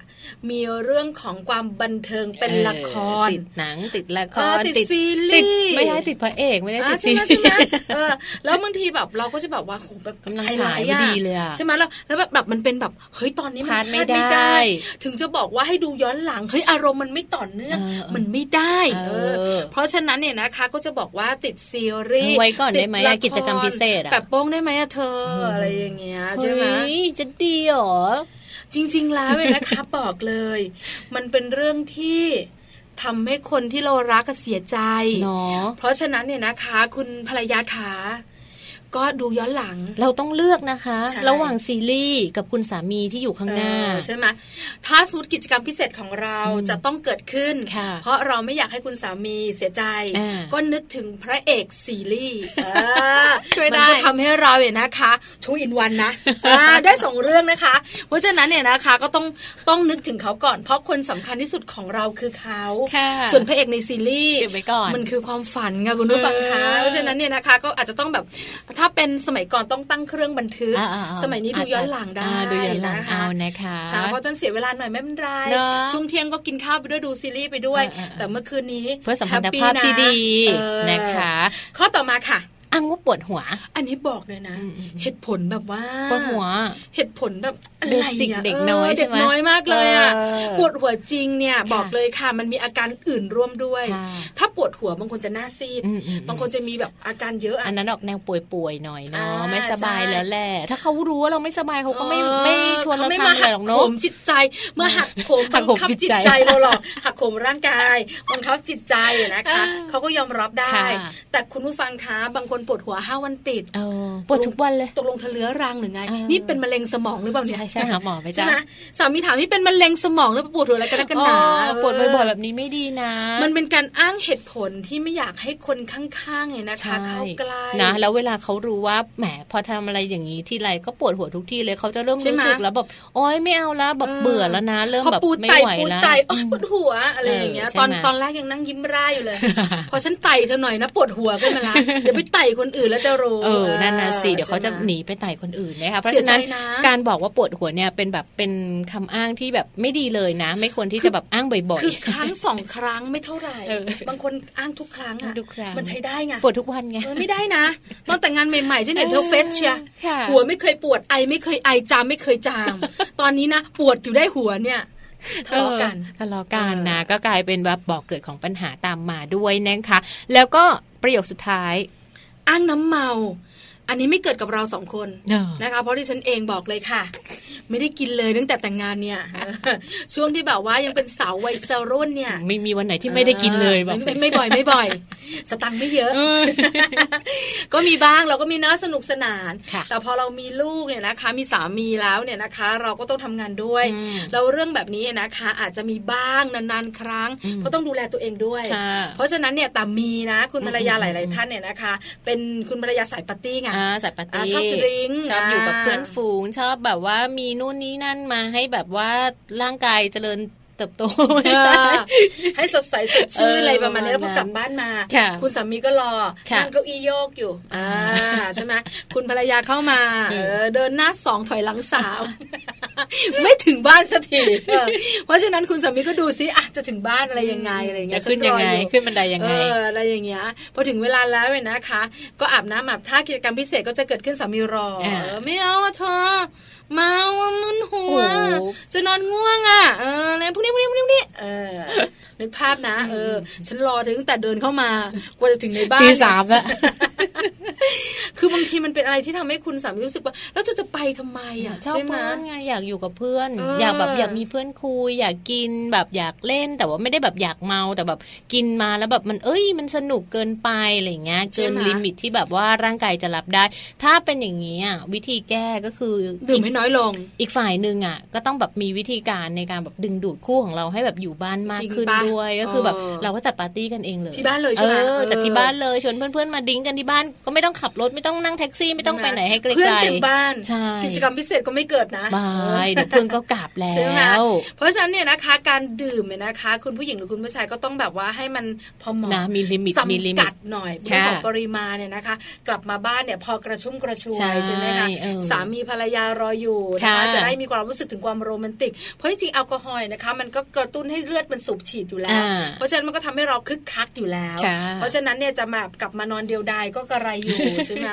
มีเรื่องของความบันเทิงเป็นละคร เออติดหนังติดละค เออ ร ติดซีรีส์ ติดไม่ใช่ติดพระเอกไม่ได้ อ่า ติด ใช่ ซี ไหรีมใช่ไหม ส์ เออแล้วบางทีแบบเราก็จะแบบว่าโหแบบ กำลัง ไฮ ฉา ไล ย ท์ พอ อะ ดีเลยอะ ใช่ไหมแล้วแล้วแบบมันเป็นแบบเฮ้ยตอนนี้มัน พลาดไม่ พลา ได้ ถึงจะบอกว่าให้ดูย้อนหลังเฮ้ยอารมณ์มันไม่ต่อเนื่อง เออเออ มันไม่ได้เออ เออ เพราะฉะนั้นเนี่ยนะคะก็จะบอกว่าติดซีรีส์ ไว้ก่อน ติ ได้ไหมอะ ละค กิจกรรมพิเศษอะ แบบโป้งได้ไหมอะเธออะไรอย่างเงี้ยใช่ไหม เฮ้ยจะดีเหรอ จริง ๆ แล้วเนี่ยนะคะ บอกเลย มันเป็นเรื่องที่ทำให้คนที่เรารักอะเสียใจ เนอะ เพราะฉะนั้นเนี่ยนะคะ คุณภรรยาขาก็ดูย้อนหลัง เราต้องเลือกนะคะ ใช่ ระหว่างซีรีส์กับคุณสามีที่อยู่ข้างหน้า เออใช่ไหมถ้าสมมุดกิจกรรมพิเศษของเราจะต้องเกิดขึ้น ค่ะ เพราะเราไม่อยากให้คุณสามีเสียใจ อ่า ก็นึกถึงพระเอกซีรี ส์เออ ช่วยได้ มันก็ทำให้เราเนี่ยนะคะทูอินวัน นะอ่าได้สองเรื่องนะคะ เพราะฉะนั้นเนี่ยนะคะก็ต้องต้องนึกถึงเขาก่อน เพราะคนสำคัญที่สุดของเราคือเขา ค่ะ ส่วนพระเอกในซีรีส์ เก็บไว้ก่อน มันคือความฝันค่ะคุณผู้ฟังคะ เออ เพราะฉะนั้นเนี่ยนะคะ ก็อาจจะต้องแบบถ้าเป็นสมัยก่อนต้องตั้งเครื่องบันทึก อ่าๆๆ สมัยนี้ดูย้อนหลังได้ อ่าดูย้อนหลัง ะคะ เอานะคะ ใช่เพราะจนเสียเวลาหน่อยไม่เป็นไร เนอะ ช่วงเที่ยงก็กินข้าวไปด้วยดูซีรีส์ไปด้วย อ่าๆๆ แต่เมื่อคืนนี้ เพื่อสัมพันธ แฮปปี้ ภาพที่ดี เออ นะคะ ข้อต่อมาค่ะ อ้างว่าปวดหัว อันนี้บอกเลยนะ อืมๆ เหตุผลแบบว่า ปวดหัว เหตุผลแบบอะไร เบ อะ สิกเด็กน้อย เ ใช่ไหม เด็กน้อยมากเลยอ่ะ เออ ปวดหัวจริงเนี่ย บอกเลยค่ะ มันมีอาการอื่นร่วมด้วย ค่ะ ถ้าปวดหัวบางคนจะหน้าซีด อืมอืม บางคนจะมีแบบอาการเยอะ อั อะ นนั้นออกแนวป่วยๆหน่อยเนาะ อ่า ไม่สบาย ใช่ แล้วแหละถ้าเขารู้ว่าเราไม่สบายเขาก็ไม่ เออ ไม่ชวนเรา ขไม่ ทำ มา อะไร หั หรอก โห เนาะ มจิตใจเมื่อหักโหม หักโหม บังคับ จิ จิ ต ต ใจ ใจเราหรอกหักโหมร่างกายบังคับจิตใจอะนะคะเขาก็ยอมรับได้ ค่ะ แต่คุณผู้ฟังคะบางคนปวดหัวห้าวันติด เออปวดทุกวันเลย ตกลงเธอเลื้อรังหรือไง อ่านี่ นี่เป็นมะเร็งสมองหรือเปล่าเนี่ย ใช่ใช่หาหมอไหมจ๊ะ ใช่ไหมสามีถามนี่เป็นมะเร็งสมองหรือเปล่าปวดหัวอะไรกันนักกันหนา เออปวดบ่อยๆแบบนี้ไม่ดีนะ มันเป็นการอ้างเหตุผลที่ไม่อยากให้คนข้างๆเนี่ยนะคะ ใช่ เข้าใกล้ นะแล้วเวลาเขารู้ว่าแหมพอทำอะไรอย่างนี้ทีไรก็ปวดหัวทุกทีเลยเขาจะเริ่ม ใช่ รู้ ไหม สึกแล้วแบบโอ๊ยไม่เอาละแบบเบื่อแล้วนะ เริ่ม พอ แบบ ปู ไม่ ไต ไหว ปู แล้ว ไตโอ๊ยปวดหัวอะไรอย่างเงี้ย เออใช่ ตอน ไหม ตอนแรกยังนั่งยิ้มร่า อยู่เลย พอฉันไตเธอหน่อยนะปวดหัวขึ้นมาละ เดี๋ยวไปไตคนอื่นแล้วจะรู้ เออนั่นนะสิ ออ เดี๋ยวเขาจะ ใช่ไม หนีไปไต่คนอื่นนะคะเพราะ เสีย ฉะนั้น ใจนะ การบอกว่าปวดหัวเนี่ยเป็นแบบเป็นคำอ้างที่แบบไม่ดีเลยนะ ไม่ควรที่จะแบบอ้างบ่อย คือครั้งสองครั้งไม่เท่าไหร่ เออบ างคนอ้างทุกครั้งอ่ะ ทุกครั้ง มันใช้ได้ไง ๆ ปวดทุกวันไง เออไม่ได้นะ ตอนแต่งงานใหม่ๆฉันเห็น เออ เธอเฟสเชียร์ ค่ะ หัวไม่เคยปวดไอไม่เคยไอจามไม่เคยจาม ตอนนี้นะ ปวดอยู่ได้หัวเนี่ยทะเลาะกัน เออทะเลาะกัน เออ นะก็กลายเป็นแบบบอกเกิดของปัญหาตามมาด้วยนะคะ แล้วก็ประโยคสุดท้าย อ้างน้ำเมา อันนี้ไม่เกิดกับเราสองคน เออ นะคะเพราะดิฉันเองบอกเลยค่ะ ไม่ได้กินเลยตั้งแต่แต่งงานเนี่ย เออช่วงที่แบบว่ายังเป็นสาววัยเซรุ่นเนี่ย ไม่มีวันไหนที่ไม่ได้กินเลยแบ ไม่ บ ไม่ไม่บ่อยไม่บ่อย สตังค์ไม่เยอะ เออ ก็มีบ้างเราก็มีนะสนุกสนาน ค่ะ แต่พอเรามีลูกเนี่ยนะคะ มีสามีแล้วเนี่ยนะคะ เราก็ต้องทำงานด้วย อืม เราเรื่องแบบนี้นะคะ อาจจะมีบ้างนานๆ ครั้ง อืม เพราะต้องดูแลตัวเองด้วย ค่ะ เพราะฉะนั้นเนี่ยแต่มีนะคุณภรรยา อืม หลาย ๆ ท่านเนี่ยนะคะ เป็นคุณภรรยาสายปาร์ตี้ไง อ่าสัตว์ปาร์ตี้ อ่าชอบดริงก์ ชอบอยู่กับ อ่า เพื่อนฝูง ชอบแบบว่ามีนู่นนี่นั่นมาให้แบบว่าร่างกายเจริญเติบโต เออ ให้สดใสสดชื่เออนอ อะไรประมาณนี้แล้วพอ ประมาณ กลับบ้านมา ค่ะ ณสามีก็รอ ค่ะ นั่งเก้าอี้โยกอยู่อ่าใช่ไหมคุณภรรยาเข้ามาเออเดินหน้าสองถอยหลังสาม ไม่ถึงบ้านสักทีเออเพราะฉะนั้นคุณสามีก็ดูซิอ่ะจะถึงบ้านอะไรยังไงอะไรอย่างเงี้ย จะขึ้นยังไง ฉัรออ ขึ้นบันไดยังไง เอออะไรอย่างเงี้ยพอถึงเวลาแล้วเนี่ยนะคะ ก็อาบน้ำอาบท่ากิจกรรมพิเศษก็จะเกิดขึ้นสามีรออา เออไม่เอาอะเธอเมาอะมึนหัว โอ้โห จะนอนง่วงอ่ะ เอออะไรพวกนี้พวกนี้พวกนี้พวกนี้เออ นึกภาพนะ เออ ฉันรอเธอตั้งแต่เดินเข้ามากว่าจะถึงในบ้าน ตีสามละ คือบางทีมันเป็นอะไรที่ทำให้คุณสามีรู้สึกว่า แล้วจะจะไปทำไมอ่ะ ชอบ ใช่ไหม เพื่อนไงอยากอยู่กับเพื่อน เอออ อยากแบบอยากมีเพื่อนคุย อยากกินแบบอยากเล่น แต่ว่าไม่ได้แบบอยากเมาแต่แบบกินมาแล้วแบบมันเอ้ยมันสนุกเกินไปอะไรอย่างเงี้ย ใช่ เกิน ไหม ลิมิตที่แบบว่าร่างกายจะรับได้ ถ้าเป็นอย่างนี้อ่ะวิธีแก้ก็คือ ดื่ม อี ให้ ก น้อยลง อีกฝ่ายหนึ่งอ่ะก็ต้องแบบมีวิธีการในการแบบดึงดูดคู่ของเราให้แบบอยู่บ้านมาก จริง ขึ้น ปะ ด้วยก็คือแบบ เออ เราก็จัดปาร์ตี้กันเองเลย ที่บ้านเลยใช่ไหม ออ เออ จัดที่บ้านเลยชวนเพื่อนๆมาดิ้งกันที่บ้านก็ไม่ต้องขับรถไม่ต้องนั่งแท็กซี่ไม่ต้องไปไหนให้ไกลๆ เพื่อนเต็มบ้าน ใช่ กิจกรรมพิเศษก็ไม่เกิดนะ บายเดี๋ยวเพื่อนก็กลับแล้ ใช่ไหม ว เพราะฉะนั้นเนี่ยนะคะการดื่มเนี่ยนะคะ คุณผู้หญิงหรือคุณผู้ชายก็ต้องแบบว่าให้มันพอเหมาะ นะมีลิมิตมีลิมิจำกั ต ดหน่อย ค่ะ เรื่องของปริมาณเนี่ยนะคะ กลับมาบ้านเนี่ยพอกระชุ่มกระชว ใช่ ยใช่ไหมคะ เออ สามีภรรยารออยู่นะคะ ค่ะ จะได้มีความรู้สึกถึงความโรแมนติก เพราะจริงๆแอลกอฮอล์เนี่ยนะคะ มันก็กระตุ้นให้เลือดมันสูบฉีดอยู่แล้ว อ่า เพราะฉะนั้นมันก็ทำให้เราคึกคักอยู่แล้ว ค่ะ เพราะฉะนั้นเนี่ยจะมากลับมานอนเดียวดายก็กระไรอยู่ใช่ไหม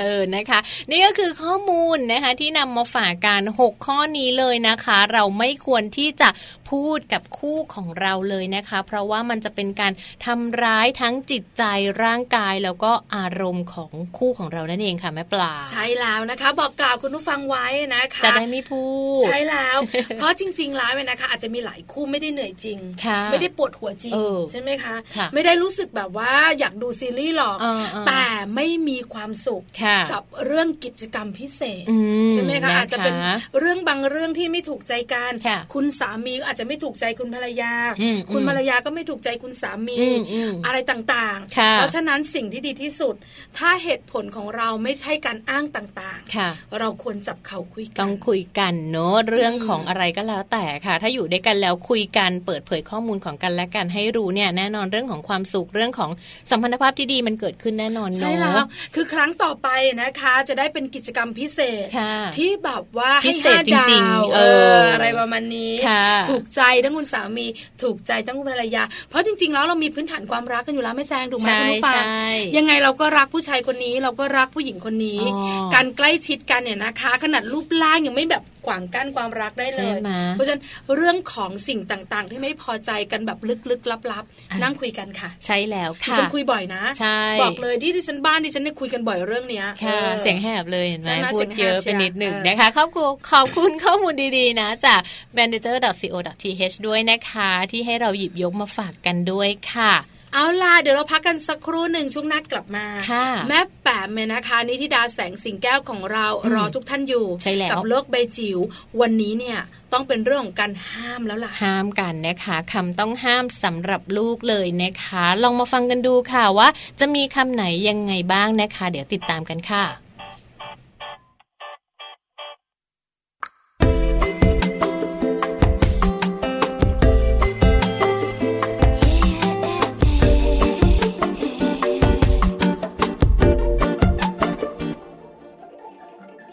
เออนะคะ นี่ก็คือข้อมูลนะคะที่นำมาฝากกัน6ข้อนี้เลยนะคะ เราไม่ควรที่จะพูดกับคู่ของเราเลยนะคะ เพราะว่ามันจะเป็นการทำร้ายทั้งจิตใจร่างกายแล้วก็อารมณ์ของคู่ของเรานั่นเองค่ะแม่ปลา ใช่แล้วนะคะ บอกกล่าวคุณผู้ฟังไว้นะคะ จะได้ไม่พูด ใช่แล้ว เพราะจริง ๆ แล้วเนี่ยนะคะ อาจจะมีหลายคู่ไม่ได้เหนื่อยจริง ค่ะ ไม่ได้ปวดหัวจริง เออ ใช่ไหมคะ ค่ะ ไม่ได้รู้สึกแบบว่าอยากดูซีรีส์หรอก เออเออ แต่ไม่มีความสุข ค่ะ กับเรื่องกิจกรรมพิเศษ อื ใช่ไหมคะ น อาจจะเป็นเรื่องบางเรื่องที่ไม่ถูกใจกัน ค่ะ ณสามีก็อาจจะไม่ถูกใจคุณภรรยา อืม คุณ อืม ภรรยาก็ไม่ถูกใจคุณสามี อืมอืม อะไรต่าง ค่ะ ๆ เพราะฉะนั้นสิ่งที่ดีที่สุด ถ้าเหตุผลของเราไม่ใช่การอ้างต่าง ค่ะ ๆ เราควรจับเข่าคุยกัน ต้องคุยกันเนอะเรื่อง อืม ของอะไรก็แล้วแต่ค่ะ ถ้าอยู่ด้วยกันแล้วคุยกันเปิดเผยข้อมูลของกันและกันให้รู้เนี่ยแน่นอนเรื่องของความสุขเรื่องของสัมพันธภาพที่ดีมันเกิดขึ้นแน่นอนเน ใช่ อะ แล้ว คือครั้งต่อไปนะคะ จะได้เป็นกิจกรรมพิเศษ ค่ะ ที่แบบว่า พิ ให้ เศษจริงๆ ห้าดาว เอ เอ อ อ อะไรประมาณนี้ ค่ะ ถูกใจทั้งคุณสามี ถูกใจทั้งคุณภรรยา เพราะจริง ๆ แล้วเรามีพื้นฐานความรักกันอยู่แล้วแม่แจงถูกไหม ใช่ คุณผู้ฟั ใช่ งยังไงเราก็รักผู้ชายคนนี้ เราก็รักผู้หญิงคนนี้ อ๋อ การใกล้ชิดกันเนี่ยนะคะ ขนาดรูปร่างยังไม่แบบขวางกั้นความรักได้เล ใช่ ย ไหม เพราะฉะนั้นเรื่องของสิ่งต่างๆ ที่ไม่พอใจกันแบบลึกๆลับๆ นั่งคุยกันค่ะ ใช่แล้ว ดิ ค่ะ ฉันคุยบ่อยนะ ใช่ บอกเลยที่ที่ฉันบ้านที่ฉันเนี่ยคุยกันบ่อยเรื่องเนี้ย ค่ะ ออ เสียงแหบเลยเห็นไหม ใช่ไหม พูดเยอะไปนิดหนึ่ง เสียงแหบ นะคะขอบคุณขอบคุณข้อมูลดีๆนะ จาก b a n d a g e r co th ด้วยนะคะ ที่ให้เราหยิบยกมาฝากกันด้วยค่ะ เอาล่ะเดี๋ยวเราพักกันสักครู่หนึ่งช่วงหน้ากลับมา ค่ะ แม่แปมเนี่ยนะคะนิธิดาแสงสิงแก้วของเรา อืม รอทุกท่านอยู่ ใช่แล้ว กับโลกใบจิ๋ววันนี้เนี่ยต้องเป็นเรื่องของการห้ามแล้วล่ะ ห้ามกันนะคะคำต้องห้ามสำหรับลูกเลยนะคะ ลองมาฟังกันดูค่ะว่า จะมีคำไหนยังไงบ้างนะคะ เดี๋ยวติดตามกันค่ะ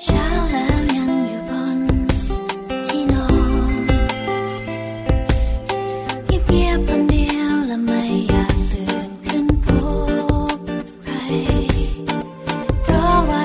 เช้าแล้วยังอยู่บนที่นอนเงียบๆคนเดียวและไม่อยากตื่นขึ้นพบใคร เพราะว่า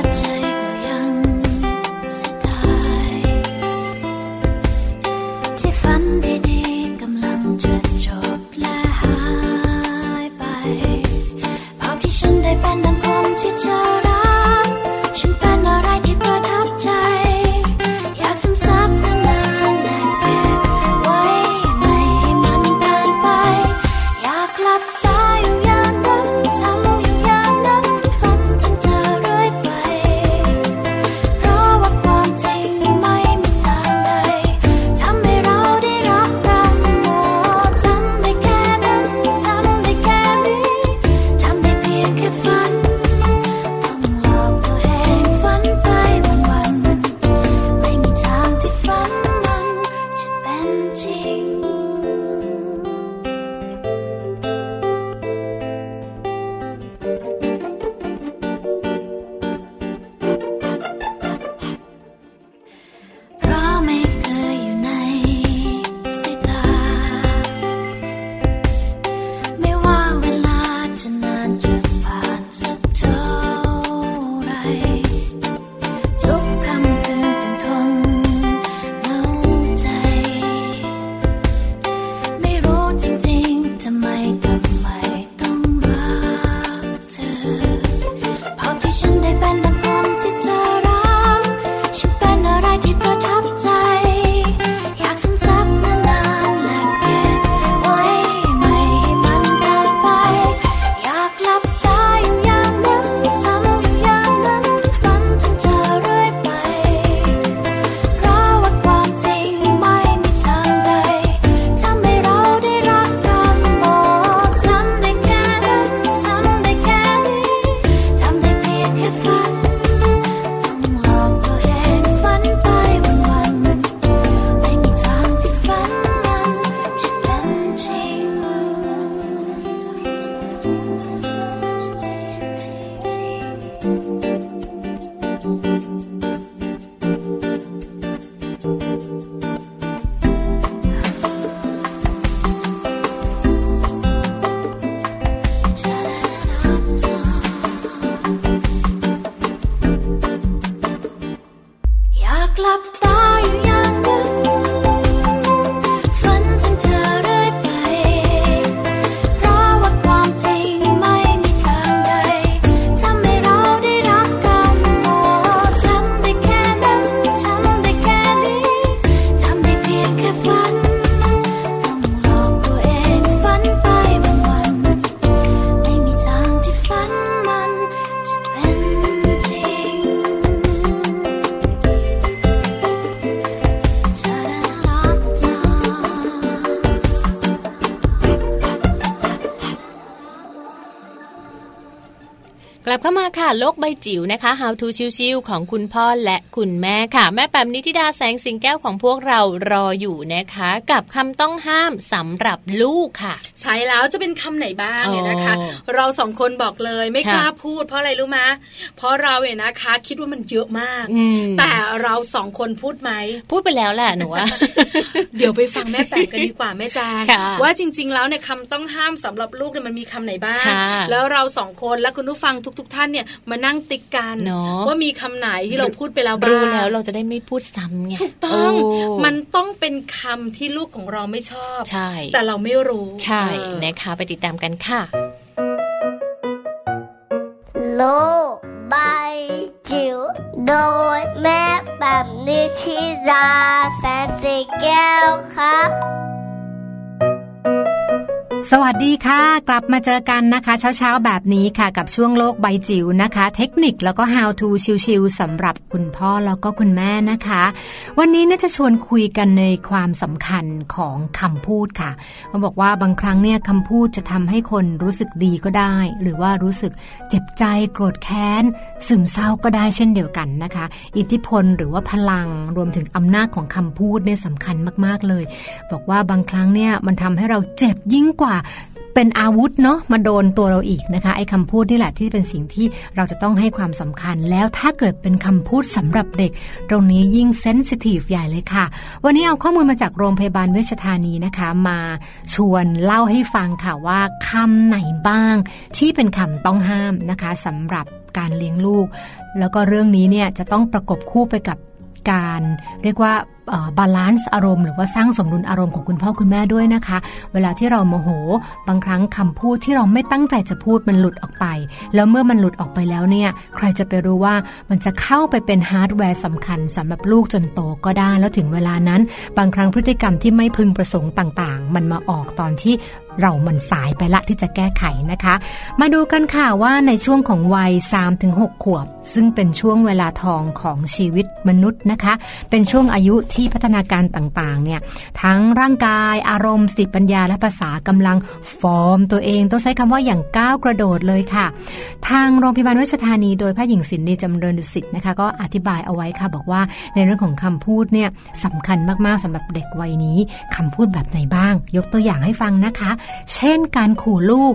อยากหลับตาอยู่อย่างหนึ่งฝันถึงเธอเรื่อยไป เพราะว่าความจริงไม่มีทางใดทำให้เราได้รักกันโอ้ทำได้แค่นั้นทำได้แค่นี้ทำได้เพียงแค่ฝัน ต้องหลอกตัวเองฝันไปวันวัน ไม่มีทางที่ฝันมันจะเป็นจริง กลับเข้ามาค่ะ โลกใบจิ๋วนะคะ How to ชิวๆของคุณพ่อและคุณแม่ค่ะ แม่แปมนิติดาแสงสิงแก้วของพวกเรารออยู่นะคะ กับคำต้องห้ามสำหรับลูกค่ะ ใช้แล้วจะเป็นคำไหนบ้างเนี่ยนะคะ อ๋อ เราสองคนบอกเลยไม่ ค่ะ กล้าพูดเพราะอะไรรู้มะเพราะเราเนี่ยนะคะ คิดว่ามันเยอะมาก อืม แต่เราสองคนพูดไหม พูดไปแล้วแหละหนู ว่า เดี๋ยวไปฟังแม่แปมกันดีกว่าแม่แจง ค่ะ ว่าจริง ๆ แล้วเนี่ยคำต้องห้ามสำหรับลูกเนี่ยมันมีคำไหนบ้าง ค่ะ แล้วเราสองคนและคุณผู้ฟังทุก ๆ ท่านเนี่ยมานั่งติ๊กกัน เนอะ ว่ามีคำไหนที่เราพูดไปแล้วบ้าง รู้แล้วเราจะได้ไม่พูดซ้ำไง ถูกต้อง โ มันต้องเป็นคำที่ลูกของเราไม่ชอบ ใช่ แต่เราไม่รู้ ใช่ เออ นะคะไปติดตามกันค่ะ lô bay chiều đôi mép bằng đi chi ra sẽ xì keo khắp สวัสดีค่ะ กลับมาเจอกันนะคะเช้าๆ แบบนี้ค่ะ กับช่วงโลกใบจิ๋วนะคะ เทคนิคแล้วก็ how to ชิวๆสำหรับคุณพ่อแล้วก็คุณแม่นะคะ วันนี้เนี่ยจะชวนคุยกันในความสำคัญของคำพูดค่ะเขาบอกว่าบางครั้งเนี่ยคำพูดจะทำให้คนรู้สึกดีก็ได้ หรือว่ารู้สึกเจ็บใจโกรธแค้น ซึมเศร้าก็ได้เช่นเดียวกันนะคะ อิทธิพลหรือว่าพลังรวมถึงอำนาจของคำพูดเนี่ยสำคัญมากๆเลย บอกว่าบางครั้งเนี่ยมันทำให้เราเจ็บยิ่งกว่า เป็นอาวุธเนาะมาโดนตัวเราอีกนะคะ ไอ้คำพูดนี่แหละที่เป็นสิ่งที่เราจะต้องให้ความสำคัญ แล้วถ้าเกิดเป็นคำพูดสำหรับเด็ก ตรงนี้ยิ่งเซนซิทีฟใหญ่เลยค่ะ วันนี้เอาข้อมูลมาจากโรงพยาบาลเวชธานีนะคะ มาชวนเล่าให้ฟังค่ะว่าคำไหนบ้าง ที่เป็นคำต้องห้ามนะคะสำหรับการเลี้ยงลูก แล้วก็เรื่องนี้เนี่ยจะต้องประกบคู่ไปกับ การเรียกว่าบาลานซ์อารมณ์หรือว่าสร้างสมดุลอารมณ์ของคุณพ่อคุณแม่ด้วยนะคะ เวลาที่เราโมโห บางครั้งคำพูดที่เราไม่ตั้งใจจะพูดมันหลุดออกไป แล้วเมื่อมันหลุดออกไปแล้วเนี่ย ใครจะไปรู้ว่ามันจะเข้าไปเป็นฮาร์ดแวร์สำคัญสำหรับลูกจนโตก็ได้ แล้วถึงเวลานั้น บางครั้งพฤติกรรมที่ไม่พึงประสงค์ต่างๆ มันมาออกตอนที่เรามันสายไปละที่จะแก้ไขนะคะ มาดูกันค่ะว่าในช่วงของวัย 3-6 ขวบ ซึ่งเป็นช่วงเวลาทองของชีวิตมนุษย์นะคะ เป็นช่วงอายุที่พัฒนาการต่างๆเนี่ยทั้งร่างกายอารมณ์สติปัญญาและภาษากำลังฟอร์มตัวเองต้องใช้คำว่าอย่างก้าวกระโดดเลยค่ะ ทางโรงพยาบาลเวชธานีโดยแพทย์หญิงสินดีจำเริญดุสิตนะคะ ก็อธิบายเอาไว้ค่ะบอกว่าในเรื่องของคำพูดเนี่ยสำคัญมากๆสำหรับเด็กวัยนี้คำพูดแบบไหนบ้าง ยกตัวอย่างให้ฟังนะคะ เช่นการขู่ลูก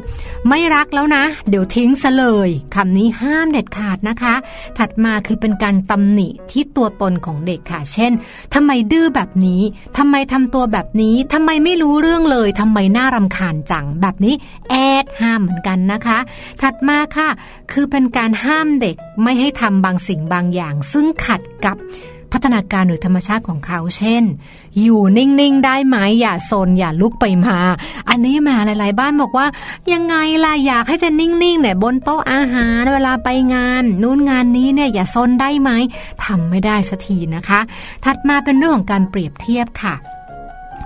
ไม่รักแล้วนะ เดี๋ยวทิ้งซะเลยคำนี้ห้ามเด็ดขาดนะคะ ถัดมาคือเป็นการตำหนิที่ตัวตนของเด็กค่ะ เช่นทำไมดื้อแบบนี้ทำไมทำตัวแบบนี้ทำไมไม่รู้เรื่องเลยทำไมน่ารำคาญจังแบบนี้ แอดห้ามเหมือนกันนะคะ ถัดมาค่ะ คือเป็นการห้ามเด็กไม่ให้ทำบางสิ่งบางอย่าง ซึ่งขัดกับพัฒนาการหรือธรรมชาติของเขา เช่น อยู่นิ่ง ๆ ได้ไหมอย่าโซนอย่าลุกไปมา อันนี้แหมาหลาย ๆ บ้านบอกว่า ยังไงล่ะ อยากให้จะนิ่ง ๆ เนี่ยบนโต๊ะอาหารเวลาไปงาน นู่นงานนี้เนี่ยอย่าโซนได้ไหมทำไม่ได้สักทีนะคะ ถัดมาเป็นเรื่องของการเปรียบเทียบค่ะ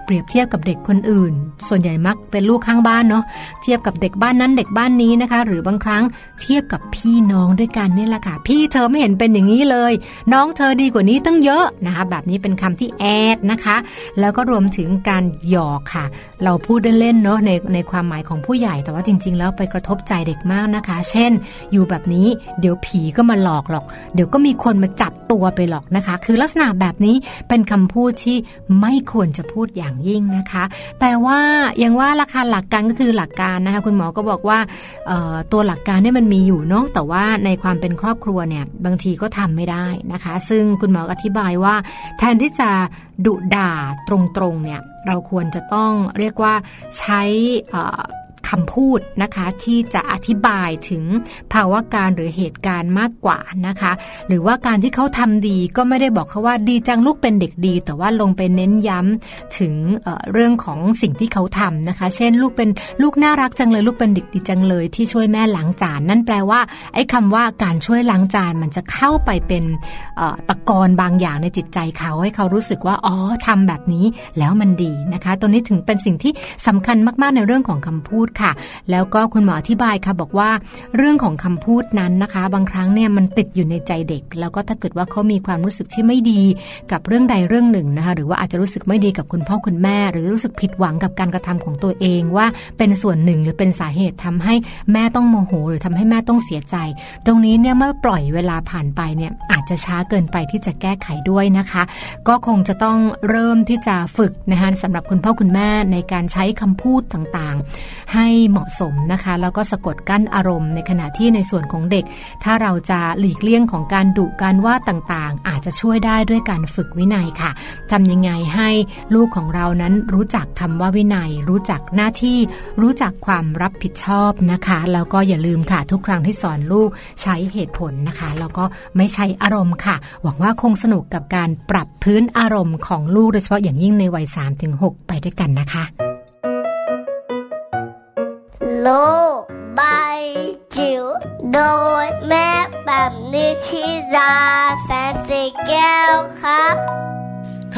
เปรียบเทียบกับเด็กคนอื่น ส่วนใหญ่มักเป็นลูกข้างบ้านเนาะ เทียบกับเด็กบ้านนั้นเด็กบ้านนี้นะคะ หรือบางครั้งเทียบกับพี่น้องด้วยกันนี่แหละค่ะ พี่เธอไม่เห็นเป็นอย่างนี้เลย น้องเธอดีกว่านี้ตั้งเยอะนะคะ แบบนี้เป็นคำที่แอดนะคะ แล้วก็รวมถึงการหยอกค่ะ เราพูดเล่นๆเนาะในในความหมายของผู้ใหญ่แต่ว่าจริง ๆ แล้วไปกระทบใจเด็กมากนะคะ เช่น อยู่แบบนี้เดี๋ยวผีก็มาหลอกหรอก เดี๋ยวก็มีคนมาจับตัวไปหรอกนะคะ คือลักษณะแบบนี้เป็นคำพูดที่ไม่ควรจะพูดอย่าง ยิ่งนะคะ แต่ว่ายังว่าราคาหลักการก็คือหลักการนะคะ คุณหมอก็บอกว่าเอ่อตัวหลักการเนี่ยมันมีอยู่เนาะแต่ว่าในความเป็นครอบครัวเนี่ยบางทีก็ทำไม่ได้นะคะ ซึ่งคุณหมอก็อธิบายว่า แทนที่จะดุด่าตรงๆเนี่ยเราควรจะต้องเรียกว่าใช้เอ่อ คำพูดนะคะที่จะอธิบายถึงภาวะการหรือเหตุการณ์มากกว่านะคะ หรือว่าการที่เขาทำดีก็ไม่ได้บอกเขาว่าดีจังลูกเป็นเด็กดี แต่ว่าลงไปเน้นย้ำถึงเอ่อเรื่องของสิ่งที่เขาทำนะคะ เช่นลูกเป็นลูกน่ารักจังเลย ลูกเป็นเด็กดีจังเลย ที่ช่วยแม่ล้างจานนั่นแปลว่าไอ้คำว่าการช่วยล้างจานมันจะเข้าไปเป็นเอ่อตะกอนบางอย่างในจิตใจเขาให้เขารู้สึกว่าอ๋อทำแบบนี้แล้วมันดีนะคะ ตัวนี้ถึงเป็นสิ่งที่สำคัญมากๆในเรื่องของคำพูดค่ะ แล้วก็คุณหมออธิบายค่ะบอกว่า เรื่องของคำพูดนั้นนะคะ บางครั้งเนี่ยมันติดอยู่ในใจเด็ก แล้วก็ถ้าเกิดว่าเขามีความรู้สึกที่ไม่ดีกับเรื่องใดเรื่องหนึ่งนะคะหรือว่าอาจจะรู้สึกไม่ดีกับคุณพ่อคุณแม่ หรือรู้สึกผิดหวังกับการกระทำของตัวเองว่าเป็นส่วนหนึ่งหรือเป็นสาเหตุทำให้แม่ต้องโมโห หรือทำให้แม่ต้องเสียใจ ตรงนี้เนี่ยเมื่อปล่อยเวลาผ่านไปเนี่ยอาจจะช้าเกินไปที่จะแก้ไขด้วยนะคะ ก็คงจะต้องเริ่มที่จะฝึกนะคะสำหรับคุณพ่อคุณแม่ในการใช้คำพูดต่างๆ ให้เหมาะสมนะคะ แล้วก็สะกดกั้นอารมณ์ในขณะที่ในส่วนของเด็ก ถ้าเราจะหลีกเลี่ยงของการดุการว่าต่างๆ อาจจะช่วยได้ด้วยการฝึกวินัยค่ะทำยังไงให้ลูกของเรานั้นรู้จักคำว่าวินัย รู้จักหน้าที่ รู้จักความรับผิดชอบนะคะ แล้วก็อย่าลืมค่ะ ทุกครั้งที่สอนลูกใช้เหตุผลนะคะ แล้วก็ไม่ใช้อารมณ์ค่ะ หวังว่าคงสนุกกับการปรับพื้นอารมณ์ของลูกโดยเฉพาะอย่างยิ่งในวัย 3-6 ไปด้วยกันนะคะ โลกใบจิ๋วโดยแม่แบบนิชิราแสนสีแก้วครับ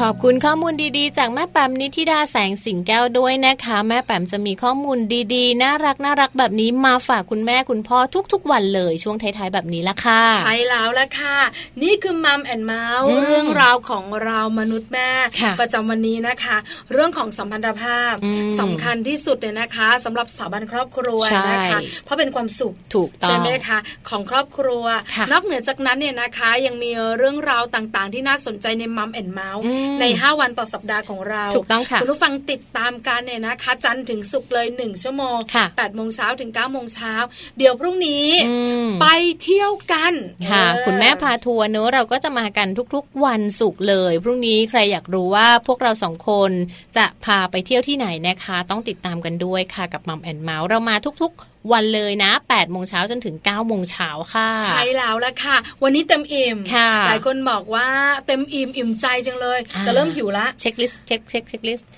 ขอบคุณข้อมูลดีๆ จากแม่แปมนิธิดาแสงสิงแก้วด้วยนะคะ แม่แปมจะมีข้อมูลดีๆ น่ารักน่ารักแบบนี้มาฝากคุณแม่คุณพ่อทุกๆ วันเลยช่วงท้ายๆแบบนี้ละค่ะ ใช่แล้วละค่ะ นี่คือมัมแอนเมาส์ อืม เรื่องราวของเรามนุษย์แม่ ค่ะ ประจำวันนี้นะคะ เรื่องของสัมพันธภาพ อืม สำคัญที่สุดเลยนะคะสำหรับสถาบันครอบครัว ใช่ นะคะเพราะเป็นความสุข ถูกต้อ ใช่ ง ไหมคะของครอบครัว ค่ะ นอกเหนือจากนั้นเนี่ยนะคะ ยังมีเรื่องราวต่างๆ ที่น่าสนใจในมัมแอนเมาส์ อืม ใน 5 วันต่อสัปดาห์ของเรา ถูกต้องค่ะ คุณผู้ฟังติดตามกันเนี่ยนะคะ จันทร์ถึงศุกร์เลย 1 ชั่วโมง ค่ะ 8โมงเช้าถึง9โมงเช้าเดี๋ยวพรุ่งนี้ อืม ไปเที่ยวกัน ค่ะ เออ คุณแม่พาทัวร์เนอะเราก็จะมากันทุกๆ วันศุกร์เลย พรุ่งนี้ใครอยากรู้ว่าพวกเราสองคนจะพาไปเที่ยวที่ไหนนะคะ ต้องติดตามกันด้วยค่ะกับมัมแอนเมาส์เรามาทุกๆ วันเลยนะ8โมงเช้าจนถึง9โมงเช้าค่ะ ใช่แล้วละค่ะ วันนี้เต็มอิ่ม ค่ะ หลายคนบอกว่าเต็มอิ่มอิ่มใจจังเลย อ่า แต่เริ่มหิวละ เช็คลิสต์เช็คเช็คเช็คลิสต์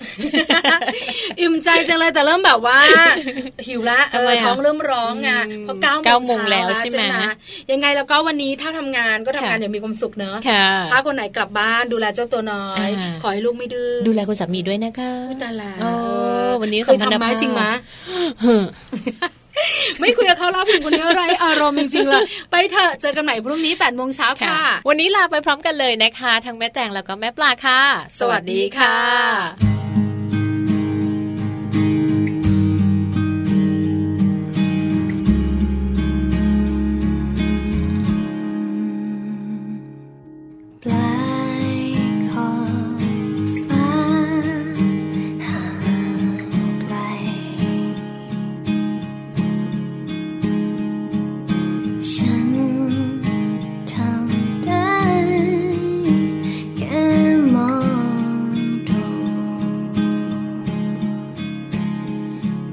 อิ่มใจจังเลยแต่เริ่มแบบว่า หิวละ เอทำไม อ อะ ท้องเริ่มร้องไง อืม เพราะเก้า เก้าโมงแล้ว เช้า ใช่ไหม ยังไงแล้วก็วันนี้ถ้าทำงานก็ทำงาน ค่ะ อย่างมีความสุขเนอะ ค่ะ ถ้าคนไหนกลับบ้านดูแลเจ้าตัวน้อย อ่า ขอให้ลูกไม่ดื้อ ดูแลคุณสามีด้วยนะคะ ตายละ โอ้วันนี้ เคย สัมพันธ ทำไหม ภาพ จริงไหม เฮ้อ ไม่คุยกับเขาแล้วผิวคนนี้อะไรอารมณ์จริงๆเลยไปเถอะเจอกันใหม่พรุ่งนี้8ปดโมงเช้า ค่ะ ค่ะ วันนี้ลาไปพร้อมกันเลยนะคะ ทั้งแม่แจงแล้วก็แม่ปลาค่ะ สวัสดีค่ะ ปลายขอบฟ้าห่างไกล ฉันทำได้แค่มองดู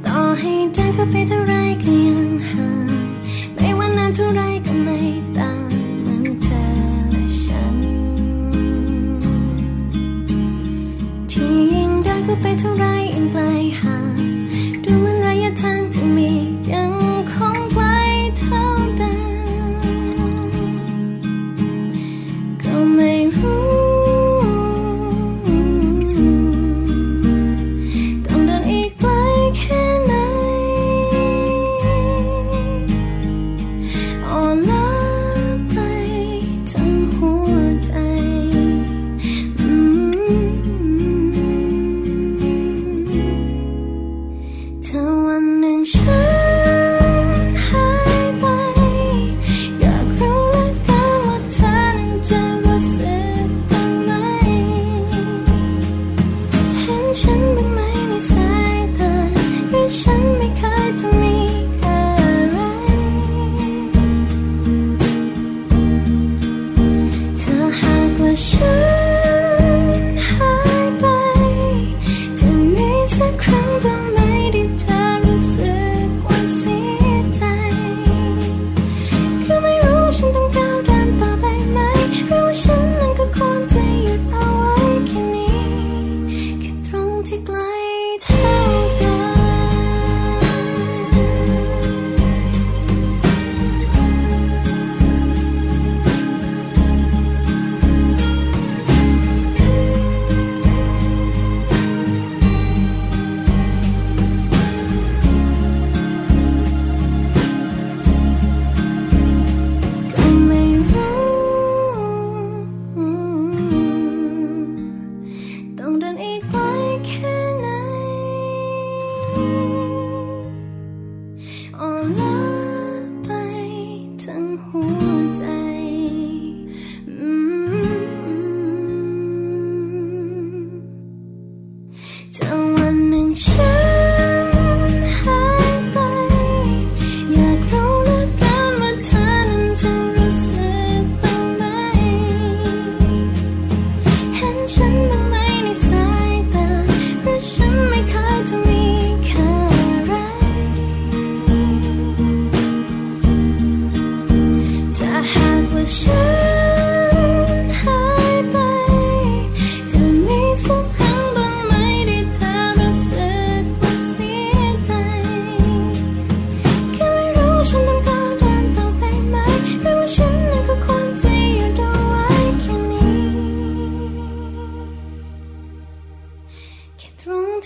ต่อให้เดินเข้าไปเท่าไรก็ยังห่าง ในวันนั้นเท่าไรก็ไม่ต่างเหมือนเธอและฉัน ที่ยิ่งเดินเข้าไปเท่าไรยิ่งไกลห่างดูเหมือนระยะทางที่มียังคงไกลเท่าเดิมก็ไม่รู้ ต้องเดินอีกไกลแค่ไหน อ่อนล้าไปทั้งหัวใจ อืม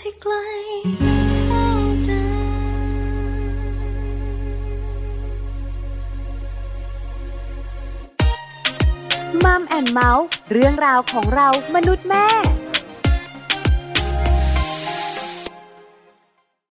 ที่ไกลเท่าเดิม มัมแอนเมาส์เรื่องราวของเรามนุษย์แม่